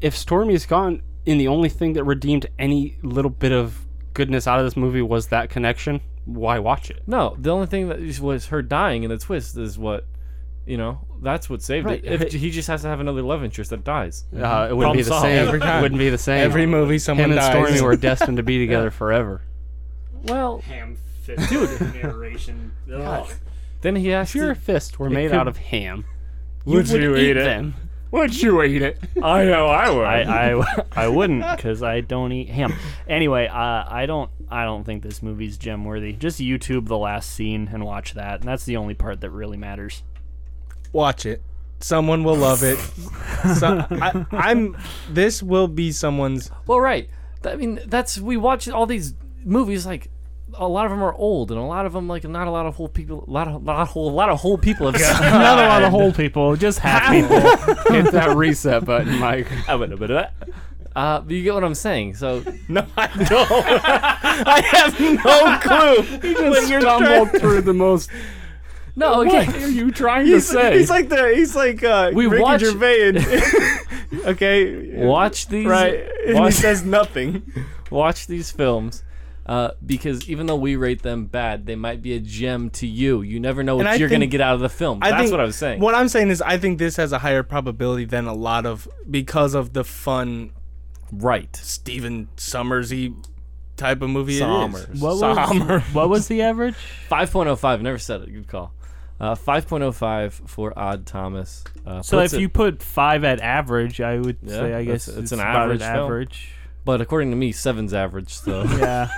Speaker 1: if Stormy's gone, and the only thing that redeemed any little bit of goodness out of this movie was that connection, why watch it?
Speaker 10: No, the only thing that is- was her dying in the twist is what, you know, that's what saved
Speaker 1: Right.
Speaker 10: it. If he just has to have another love interest that dies.
Speaker 1: Uh, it wouldn't be the same.
Speaker 10: Every
Speaker 1: It
Speaker 10: time.
Speaker 1: wouldn't be the same.
Speaker 3: Every movie someone
Speaker 1: Him and
Speaker 3: dies.
Speaker 1: Stormy were destined to be together
Speaker 10: Yeah.
Speaker 1: forever.
Speaker 10: Well,
Speaker 13: ham fisted narration. Ugh.
Speaker 10: Then he asked.
Speaker 1: Your fists were
Speaker 13: It
Speaker 1: made
Speaker 13: could-
Speaker 1: out of ham.
Speaker 13: Would you eat it?
Speaker 1: them? Would you eat it?
Speaker 13: I know I would.
Speaker 11: I, I, I wouldn't because I don't eat ham. Anyway, uh, I don't I don't think this movie's gem worthy. Just YouTube the last scene and watch that, and that's the only part that really matters.
Speaker 3: Watch it. Someone will love it. so, I, I'm. This will be someone's.
Speaker 10: Well, right. Th- I mean, that's we watch all these movies. Like, a lot of them are old, and a lot of them like not a lot of whole people. A lot of lot of whole a lot of whole people have seen.
Speaker 12: Not a lot of whole people, just half people.
Speaker 1: Hit that reset button, Mike.
Speaker 10: A bit, a bit of that. Uh, but you get what I'm saying. So no, I
Speaker 13: I have no clue.
Speaker 1: He
Speaker 13: When
Speaker 1: just
Speaker 13: you're
Speaker 1: stumbled
Speaker 13: trying-
Speaker 1: through the most.
Speaker 10: No,
Speaker 1: What
Speaker 13: okay.
Speaker 1: are you trying
Speaker 13: he's,
Speaker 1: to say?
Speaker 13: he's like the he's like uh,
Speaker 10: We
Speaker 13: Ricky
Speaker 10: watch-
Speaker 13: Gervais. and- okay,
Speaker 10: watch these.
Speaker 13: right. And he
Speaker 10: watch-
Speaker 13: says nothing.
Speaker 10: watch these films uh, because even though we rate them bad, they might be a gem to you. You never know what
Speaker 3: And I
Speaker 10: you're going to
Speaker 3: think-
Speaker 10: get out of the film. That's
Speaker 3: think-
Speaker 10: what I was saying.
Speaker 3: What I'm saying is, I think this has a higher probability than a lot of because of the fun
Speaker 10: right.
Speaker 3: Stephen Summersy type of movie it
Speaker 10: Sommers.
Speaker 3: is.
Speaker 12: What was,
Speaker 3: Sommer.
Speaker 12: what was the average?
Speaker 10: 5.05. Never said it. Good call. Uh, 5.05 for Odd Thomas. Uh,
Speaker 12: So
Speaker 10: puts
Speaker 12: if
Speaker 10: it-
Speaker 12: you put five at average, I would
Speaker 10: Yeah,
Speaker 12: say I
Speaker 10: that's-
Speaker 12: guess
Speaker 10: it's
Speaker 12: it's,
Speaker 10: an
Speaker 12: about
Speaker 10: average film.
Speaker 12: average.
Speaker 10: But according to me, seven's average. So
Speaker 12: Yeah.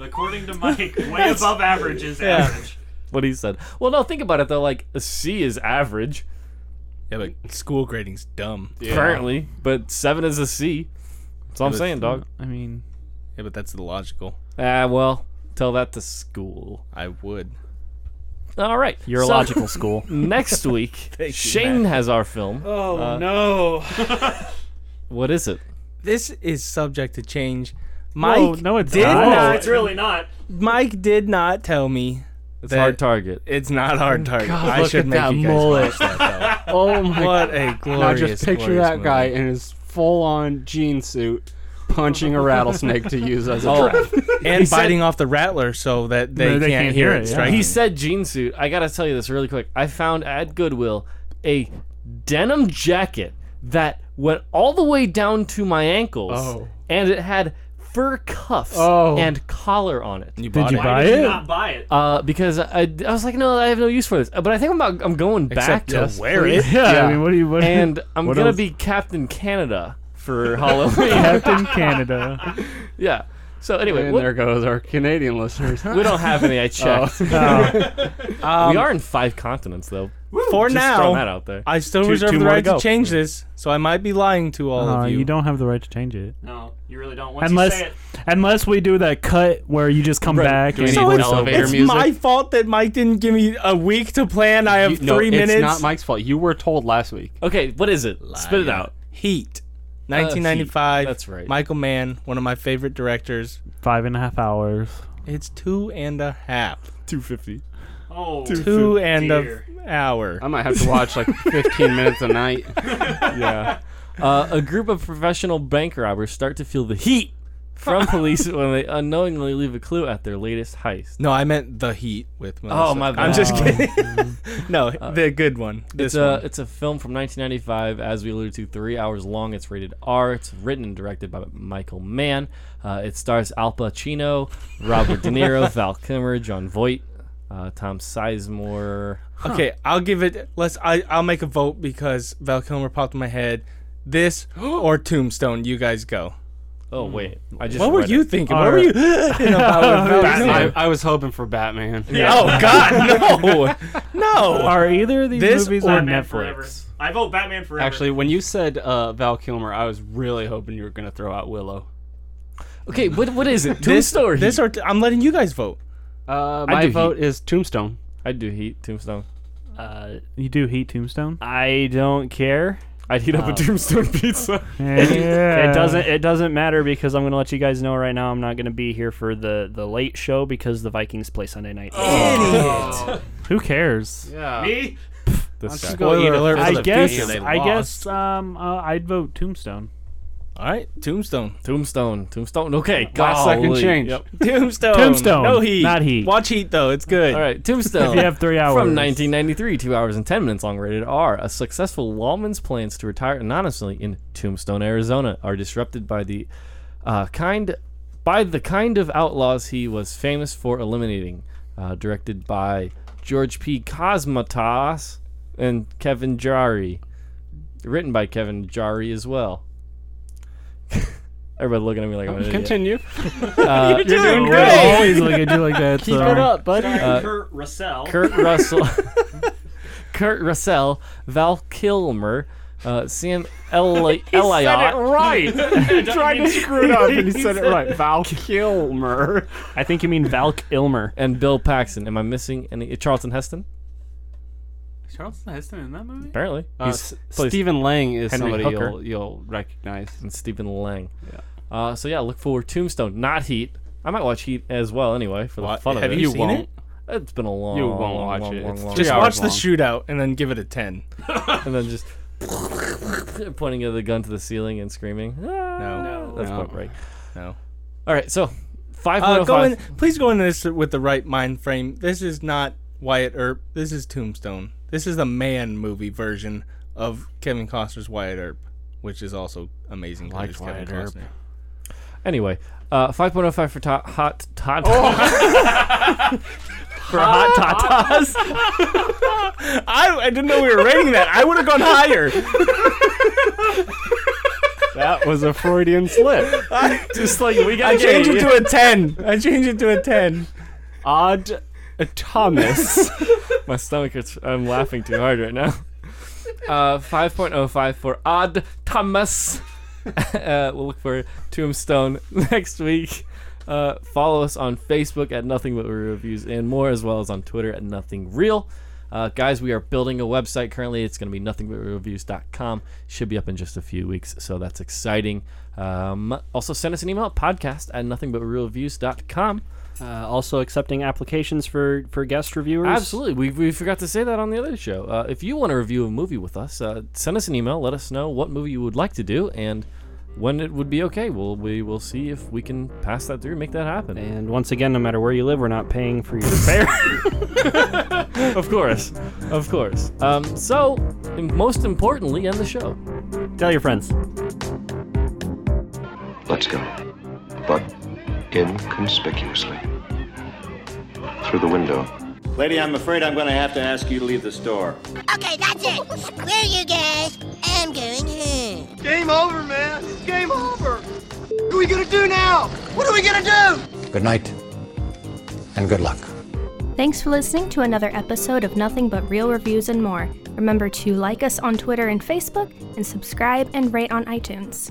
Speaker 11: According to Mike, way above average is average.
Speaker 10: what he said. Well, no, think about it though. Like a C is average
Speaker 3: Yeah, but school grading's dumb. Yeah,
Speaker 10: currently, but seven is a C. That's all I'm
Speaker 3: It is-
Speaker 10: saying, dog.
Speaker 12: I mean,
Speaker 3: but that's the logical.
Speaker 10: Ah, well, tell that to school.
Speaker 3: I would.
Speaker 10: All right,
Speaker 11: Your
Speaker 10: so-
Speaker 11: logical school.
Speaker 10: next week,
Speaker 3: you,
Speaker 10: Shane
Speaker 3: Matt.
Speaker 10: has our film.
Speaker 13: Oh
Speaker 10: Uh,
Speaker 13: no.
Speaker 10: What is it?
Speaker 3: This is subject to change. Mike,
Speaker 12: Whoa, no, it's
Speaker 3: did
Speaker 12: not.
Speaker 3: not.
Speaker 11: it's really not.
Speaker 3: Mike did not tell me.
Speaker 10: It's
Speaker 3: that-
Speaker 10: Hard Target.
Speaker 3: It's not hard target.
Speaker 1: God,
Speaker 3: I
Speaker 1: look
Speaker 3: should
Speaker 1: at
Speaker 3: make
Speaker 1: that
Speaker 3: you guys
Speaker 1: mullet.
Speaker 3: watch that, though.
Speaker 1: oh my
Speaker 3: What a
Speaker 1: And I
Speaker 3: glorious!
Speaker 1: just picture
Speaker 3: glorious
Speaker 1: that guy
Speaker 3: movie.
Speaker 1: in his full-on jean suit punching a rattlesnake to use as a trap.
Speaker 3: and
Speaker 10: said-
Speaker 3: biting off the rattler so that they,
Speaker 12: No, they
Speaker 3: can't, hear it.
Speaker 12: yeah.
Speaker 3: striking.
Speaker 10: He said jean suit. I gotta tell you this really quick. I found at Goodwill a denim jacket that went all the way down to my ankles,
Speaker 1: Oh.
Speaker 10: and it had fur cuffs
Speaker 1: Oh.
Speaker 10: and collar on it.
Speaker 3: you bought
Speaker 12: you
Speaker 3: it.
Speaker 12: buy
Speaker 11: Did
Speaker 12: it?
Speaker 11: not buy it.
Speaker 10: Uh, because I, I was like, no, I have no use for this. But I think I'm about, I'm going back
Speaker 3: Except
Speaker 10: to
Speaker 3: to wear it.
Speaker 12: Yeah,
Speaker 1: Yeah.
Speaker 12: I mean, what do you? What
Speaker 10: and I'm
Speaker 12: What
Speaker 10: gonna
Speaker 12: else?
Speaker 10: be Captain Canada for Halloween.
Speaker 12: Captain Canada.
Speaker 10: yeah. So anyway,
Speaker 1: and
Speaker 10: what,
Speaker 1: there goes our Canadian listeners.
Speaker 10: we don't have any. I checked.
Speaker 12: Uh,
Speaker 10: we are in five continents though.
Speaker 3: For
Speaker 10: Just throwing that
Speaker 3: now,
Speaker 10: out there.
Speaker 3: I still
Speaker 13: Two-
Speaker 3: reserve
Speaker 13: two
Speaker 3: the
Speaker 13: more to
Speaker 3: right to,
Speaker 13: go.
Speaker 3: change this, so I might be lying to all
Speaker 12: Uh,
Speaker 3: of you.
Speaker 12: you don't have the right to change it.
Speaker 11: No, you really don't. Once you
Speaker 12: unless
Speaker 11: say it,
Speaker 12: unless we do that cut where you just come
Speaker 10: Right.
Speaker 12: back
Speaker 1: Do we
Speaker 12: and
Speaker 1: need
Speaker 3: so it's,
Speaker 1: elevator
Speaker 3: it's
Speaker 1: music?
Speaker 3: my fault that Mike didn't give me a week to plan. I have
Speaker 1: You-
Speaker 3: three
Speaker 1: no,
Speaker 3: minutes.
Speaker 1: It's not Mike's fault. You were told last week.
Speaker 10: Okay, what is it? Spit it out. Uh,
Speaker 3: Heat. 1995.
Speaker 10: That's right.
Speaker 3: Michael Mann, one of my favorite directors.
Speaker 12: five and a half hours.
Speaker 3: It's two and a half.
Speaker 10: Two fifty.
Speaker 11: oh,
Speaker 3: Two and
Speaker 11: dear.
Speaker 3: a hour.
Speaker 1: I might have to watch like 15 minutes a night.
Speaker 10: Yeah. uh, a group of professional bank robbers start to feel the heat from police when they unknowingly leave a clue at their latest heist.
Speaker 3: No, I meant the heat with Melissa.
Speaker 10: Oh, my bad. Oh. Uh,
Speaker 3: I'm just kidding. no, the good one. This
Speaker 10: It's uh, a,
Speaker 3: one.
Speaker 10: it's a film from 1995, as we alluded to, three hours long. It's rated R. It's written and directed by Michael Mann. Uh, it stars Al Pacino, Robert De Niro, Val Kilmer, John Voight, uh, Tom Sizemore.
Speaker 3: Okay, I'll give it. Let's. I I'll make a vote because Val Kilmer popped in my head. This or Tombstone. You guys go.
Speaker 10: Oh wait, I just
Speaker 3: What were
Speaker 10: read
Speaker 3: you
Speaker 10: it.
Speaker 3: thinking? What were you thinking about? when that was
Speaker 1: Batman.
Speaker 3: in?
Speaker 1: I, I was hoping for Batman.
Speaker 3: Yeah. Oh, God, no. No.
Speaker 12: Are either of these
Speaker 1: This
Speaker 12: movies
Speaker 1: or
Speaker 12: on
Speaker 1: Batman
Speaker 12: Netflix?
Speaker 1: Forever.
Speaker 13: I vote Batman Forever.
Speaker 1: Actually, when you said uh, Val Kilmer, I was really hoping you were going to throw out Willow.
Speaker 10: Okay, what what is it?
Speaker 3: This
Speaker 10: Tombstone or Heat?
Speaker 3: This or I'm letting you guys vote.
Speaker 1: Uh,
Speaker 10: I
Speaker 1: my
Speaker 10: do
Speaker 1: vote is Tombstone.
Speaker 10: I do Heat Tombstone.
Speaker 11: Uh,
Speaker 12: You do Heat Tombstone?
Speaker 11: I don't care.
Speaker 10: I'd heat up a
Speaker 11: Oh.
Speaker 10: Tombstone pizza.
Speaker 12: Yeah.
Speaker 13: Uh.
Speaker 11: It doesn't. It doesn't matter because I'm gonna let you guys know right now. I'm not gonna be here for the the late show because the Vikings play Sunday night.
Speaker 12: Who cares?
Speaker 1: Yeah.
Speaker 13: Me?
Speaker 10: This guy.
Speaker 3: Spoiler alert! for
Speaker 12: I
Speaker 3: the
Speaker 12: guess.
Speaker 3: pizza they
Speaker 12: I
Speaker 3: lost.
Speaker 12: guess. Um. Uh, I'd vote Tombstone.
Speaker 3: All right, Tombstone.
Speaker 10: Tombstone. Tombstone. Okay,
Speaker 1: Last second
Speaker 10: golly.
Speaker 1: change.
Speaker 10: Yep.
Speaker 3: Tombstone.
Speaker 12: Tombstone,
Speaker 3: No heat.
Speaker 12: not heat.
Speaker 3: Watch heat though. It's good.
Speaker 10: All right, Tombstone.
Speaker 12: If you have three hours.
Speaker 10: From 1993, two hours and 10 minutes long, rated R. A successful lawman's plans to retire anonymously in Tombstone, Arizona, are disrupted by the uh, kind by the kind of outlaws he was famous for eliminating. Uh, directed by George P. Cosmatos and Kevin Jari. Written by Kevin Jari as well. Everybody looking at me like I'm an idiot.
Speaker 1: Continue.
Speaker 10: Uh,
Speaker 12: You're doing
Speaker 10: great.
Speaker 12: Always look at you like that. Keep it up.
Speaker 11: Kurt Russell.
Speaker 10: Kurt Russell, Kurt Russell, Val Kilmer, uh, Sam Elliott.
Speaker 11: right.
Speaker 1: he tried to screw it up and he said it right. Val Kilmer.
Speaker 11: I think you mean Valk Ilmer.
Speaker 10: and Bill Paxton. Am I missing any? Charlton Heston?
Speaker 12: Charlton Heston in that movie?
Speaker 10: Apparently.
Speaker 1: Uh,
Speaker 10: He's
Speaker 1: S-
Speaker 10: plays-
Speaker 1: Stephen Lang is
Speaker 10: Henry
Speaker 1: somebody
Speaker 10: Hooker.
Speaker 1: you'll, you'll recognize.
Speaker 10: and Stephen Lang. Yeah. Uh, so, yeah, look for Tombstone, not Heat. I might watch Heat as well anyway for the
Speaker 3: What?
Speaker 10: fun of
Speaker 3: Have
Speaker 10: it.
Speaker 3: you seen
Speaker 10: won't.
Speaker 3: it?
Speaker 10: It's been a long
Speaker 1: You won't
Speaker 10: long,
Speaker 1: watch
Speaker 10: long,
Speaker 1: it.
Speaker 10: long,
Speaker 1: It's
Speaker 10: long-
Speaker 1: three
Speaker 3: Just
Speaker 1: hours
Speaker 3: watch the
Speaker 1: long.
Speaker 3: shootout and then give it a ten.
Speaker 10: And then just pointing the gun to the ceiling and screaming. No. That's
Speaker 1: No.
Speaker 10: about right.
Speaker 3: No.
Speaker 10: All right, so
Speaker 3: Uh,
Speaker 10: 5105.
Speaker 3: go in, please go into this with the right mind frame. This is not Wyatt Earp. This is Tombstone. This is the man movie version of Kevin Costner's Wyatt Earp, which is also amazing. 'cause
Speaker 1: Like
Speaker 3: it's Kevin
Speaker 1: Wyatt Earp.
Speaker 3: Costner.
Speaker 10: Anyway, uh, 5.05 for to- hot tot.
Speaker 3: Oh.
Speaker 11: For hot tatas.
Speaker 3: I, I didn't know we were rating that. I would have gone higher.
Speaker 1: That was a Freudian slip.
Speaker 11: Just like we
Speaker 3: I
Speaker 11: got
Speaker 3: changed it to a ten. I changed it to a ten.
Speaker 1: Odd Thomas.
Speaker 10: My stomach is. I'm laughing too hard right now. Uh, 5.05 for Odd Thomas. uh, we'll look for Tombstone next week. Uh, follow us on Facebook at Nothing But Reviews and more, as well as on Twitter at Nothing Real. Uh, guys, we are building a website currently. It's going to be nothingbutreviewscom Should be up in just a few weeks, so that's exciting. Um, also, send us an email podcast at nothingbutreviewscom
Speaker 11: Uh, also accepting applications for for guest reviewers.
Speaker 10: Absolutely. We, we forgot to say that on the other show. Uh, if you want to review a movie with us, uh, send us an email. Let us know what movie you would like to do and when it would be okay. We'll, we will see if we can pass that through and make that happen.
Speaker 11: And once again, no matter where you live, we're not paying for your fare.
Speaker 10: Of course. of course. Um, so, and most importantly, end the show.
Speaker 11: Tell your friends.
Speaker 7: Let's go. But inconspicuously. Through the window.
Speaker 15: Lady, I'm afraid I'm going to have to ask you to leave the store.
Speaker 16: Okay, that's it. Where you guys? I'm going home.
Speaker 5: Game over, man. It's game over. What are we gonna do now? What are we gonna do?
Speaker 17: Good night and good luck.
Speaker 6: Thanks for listening to another episode of Nothing But Real Reviews and More. Remember to like us on Twitter and Facebook, and subscribe and rate on iTunes.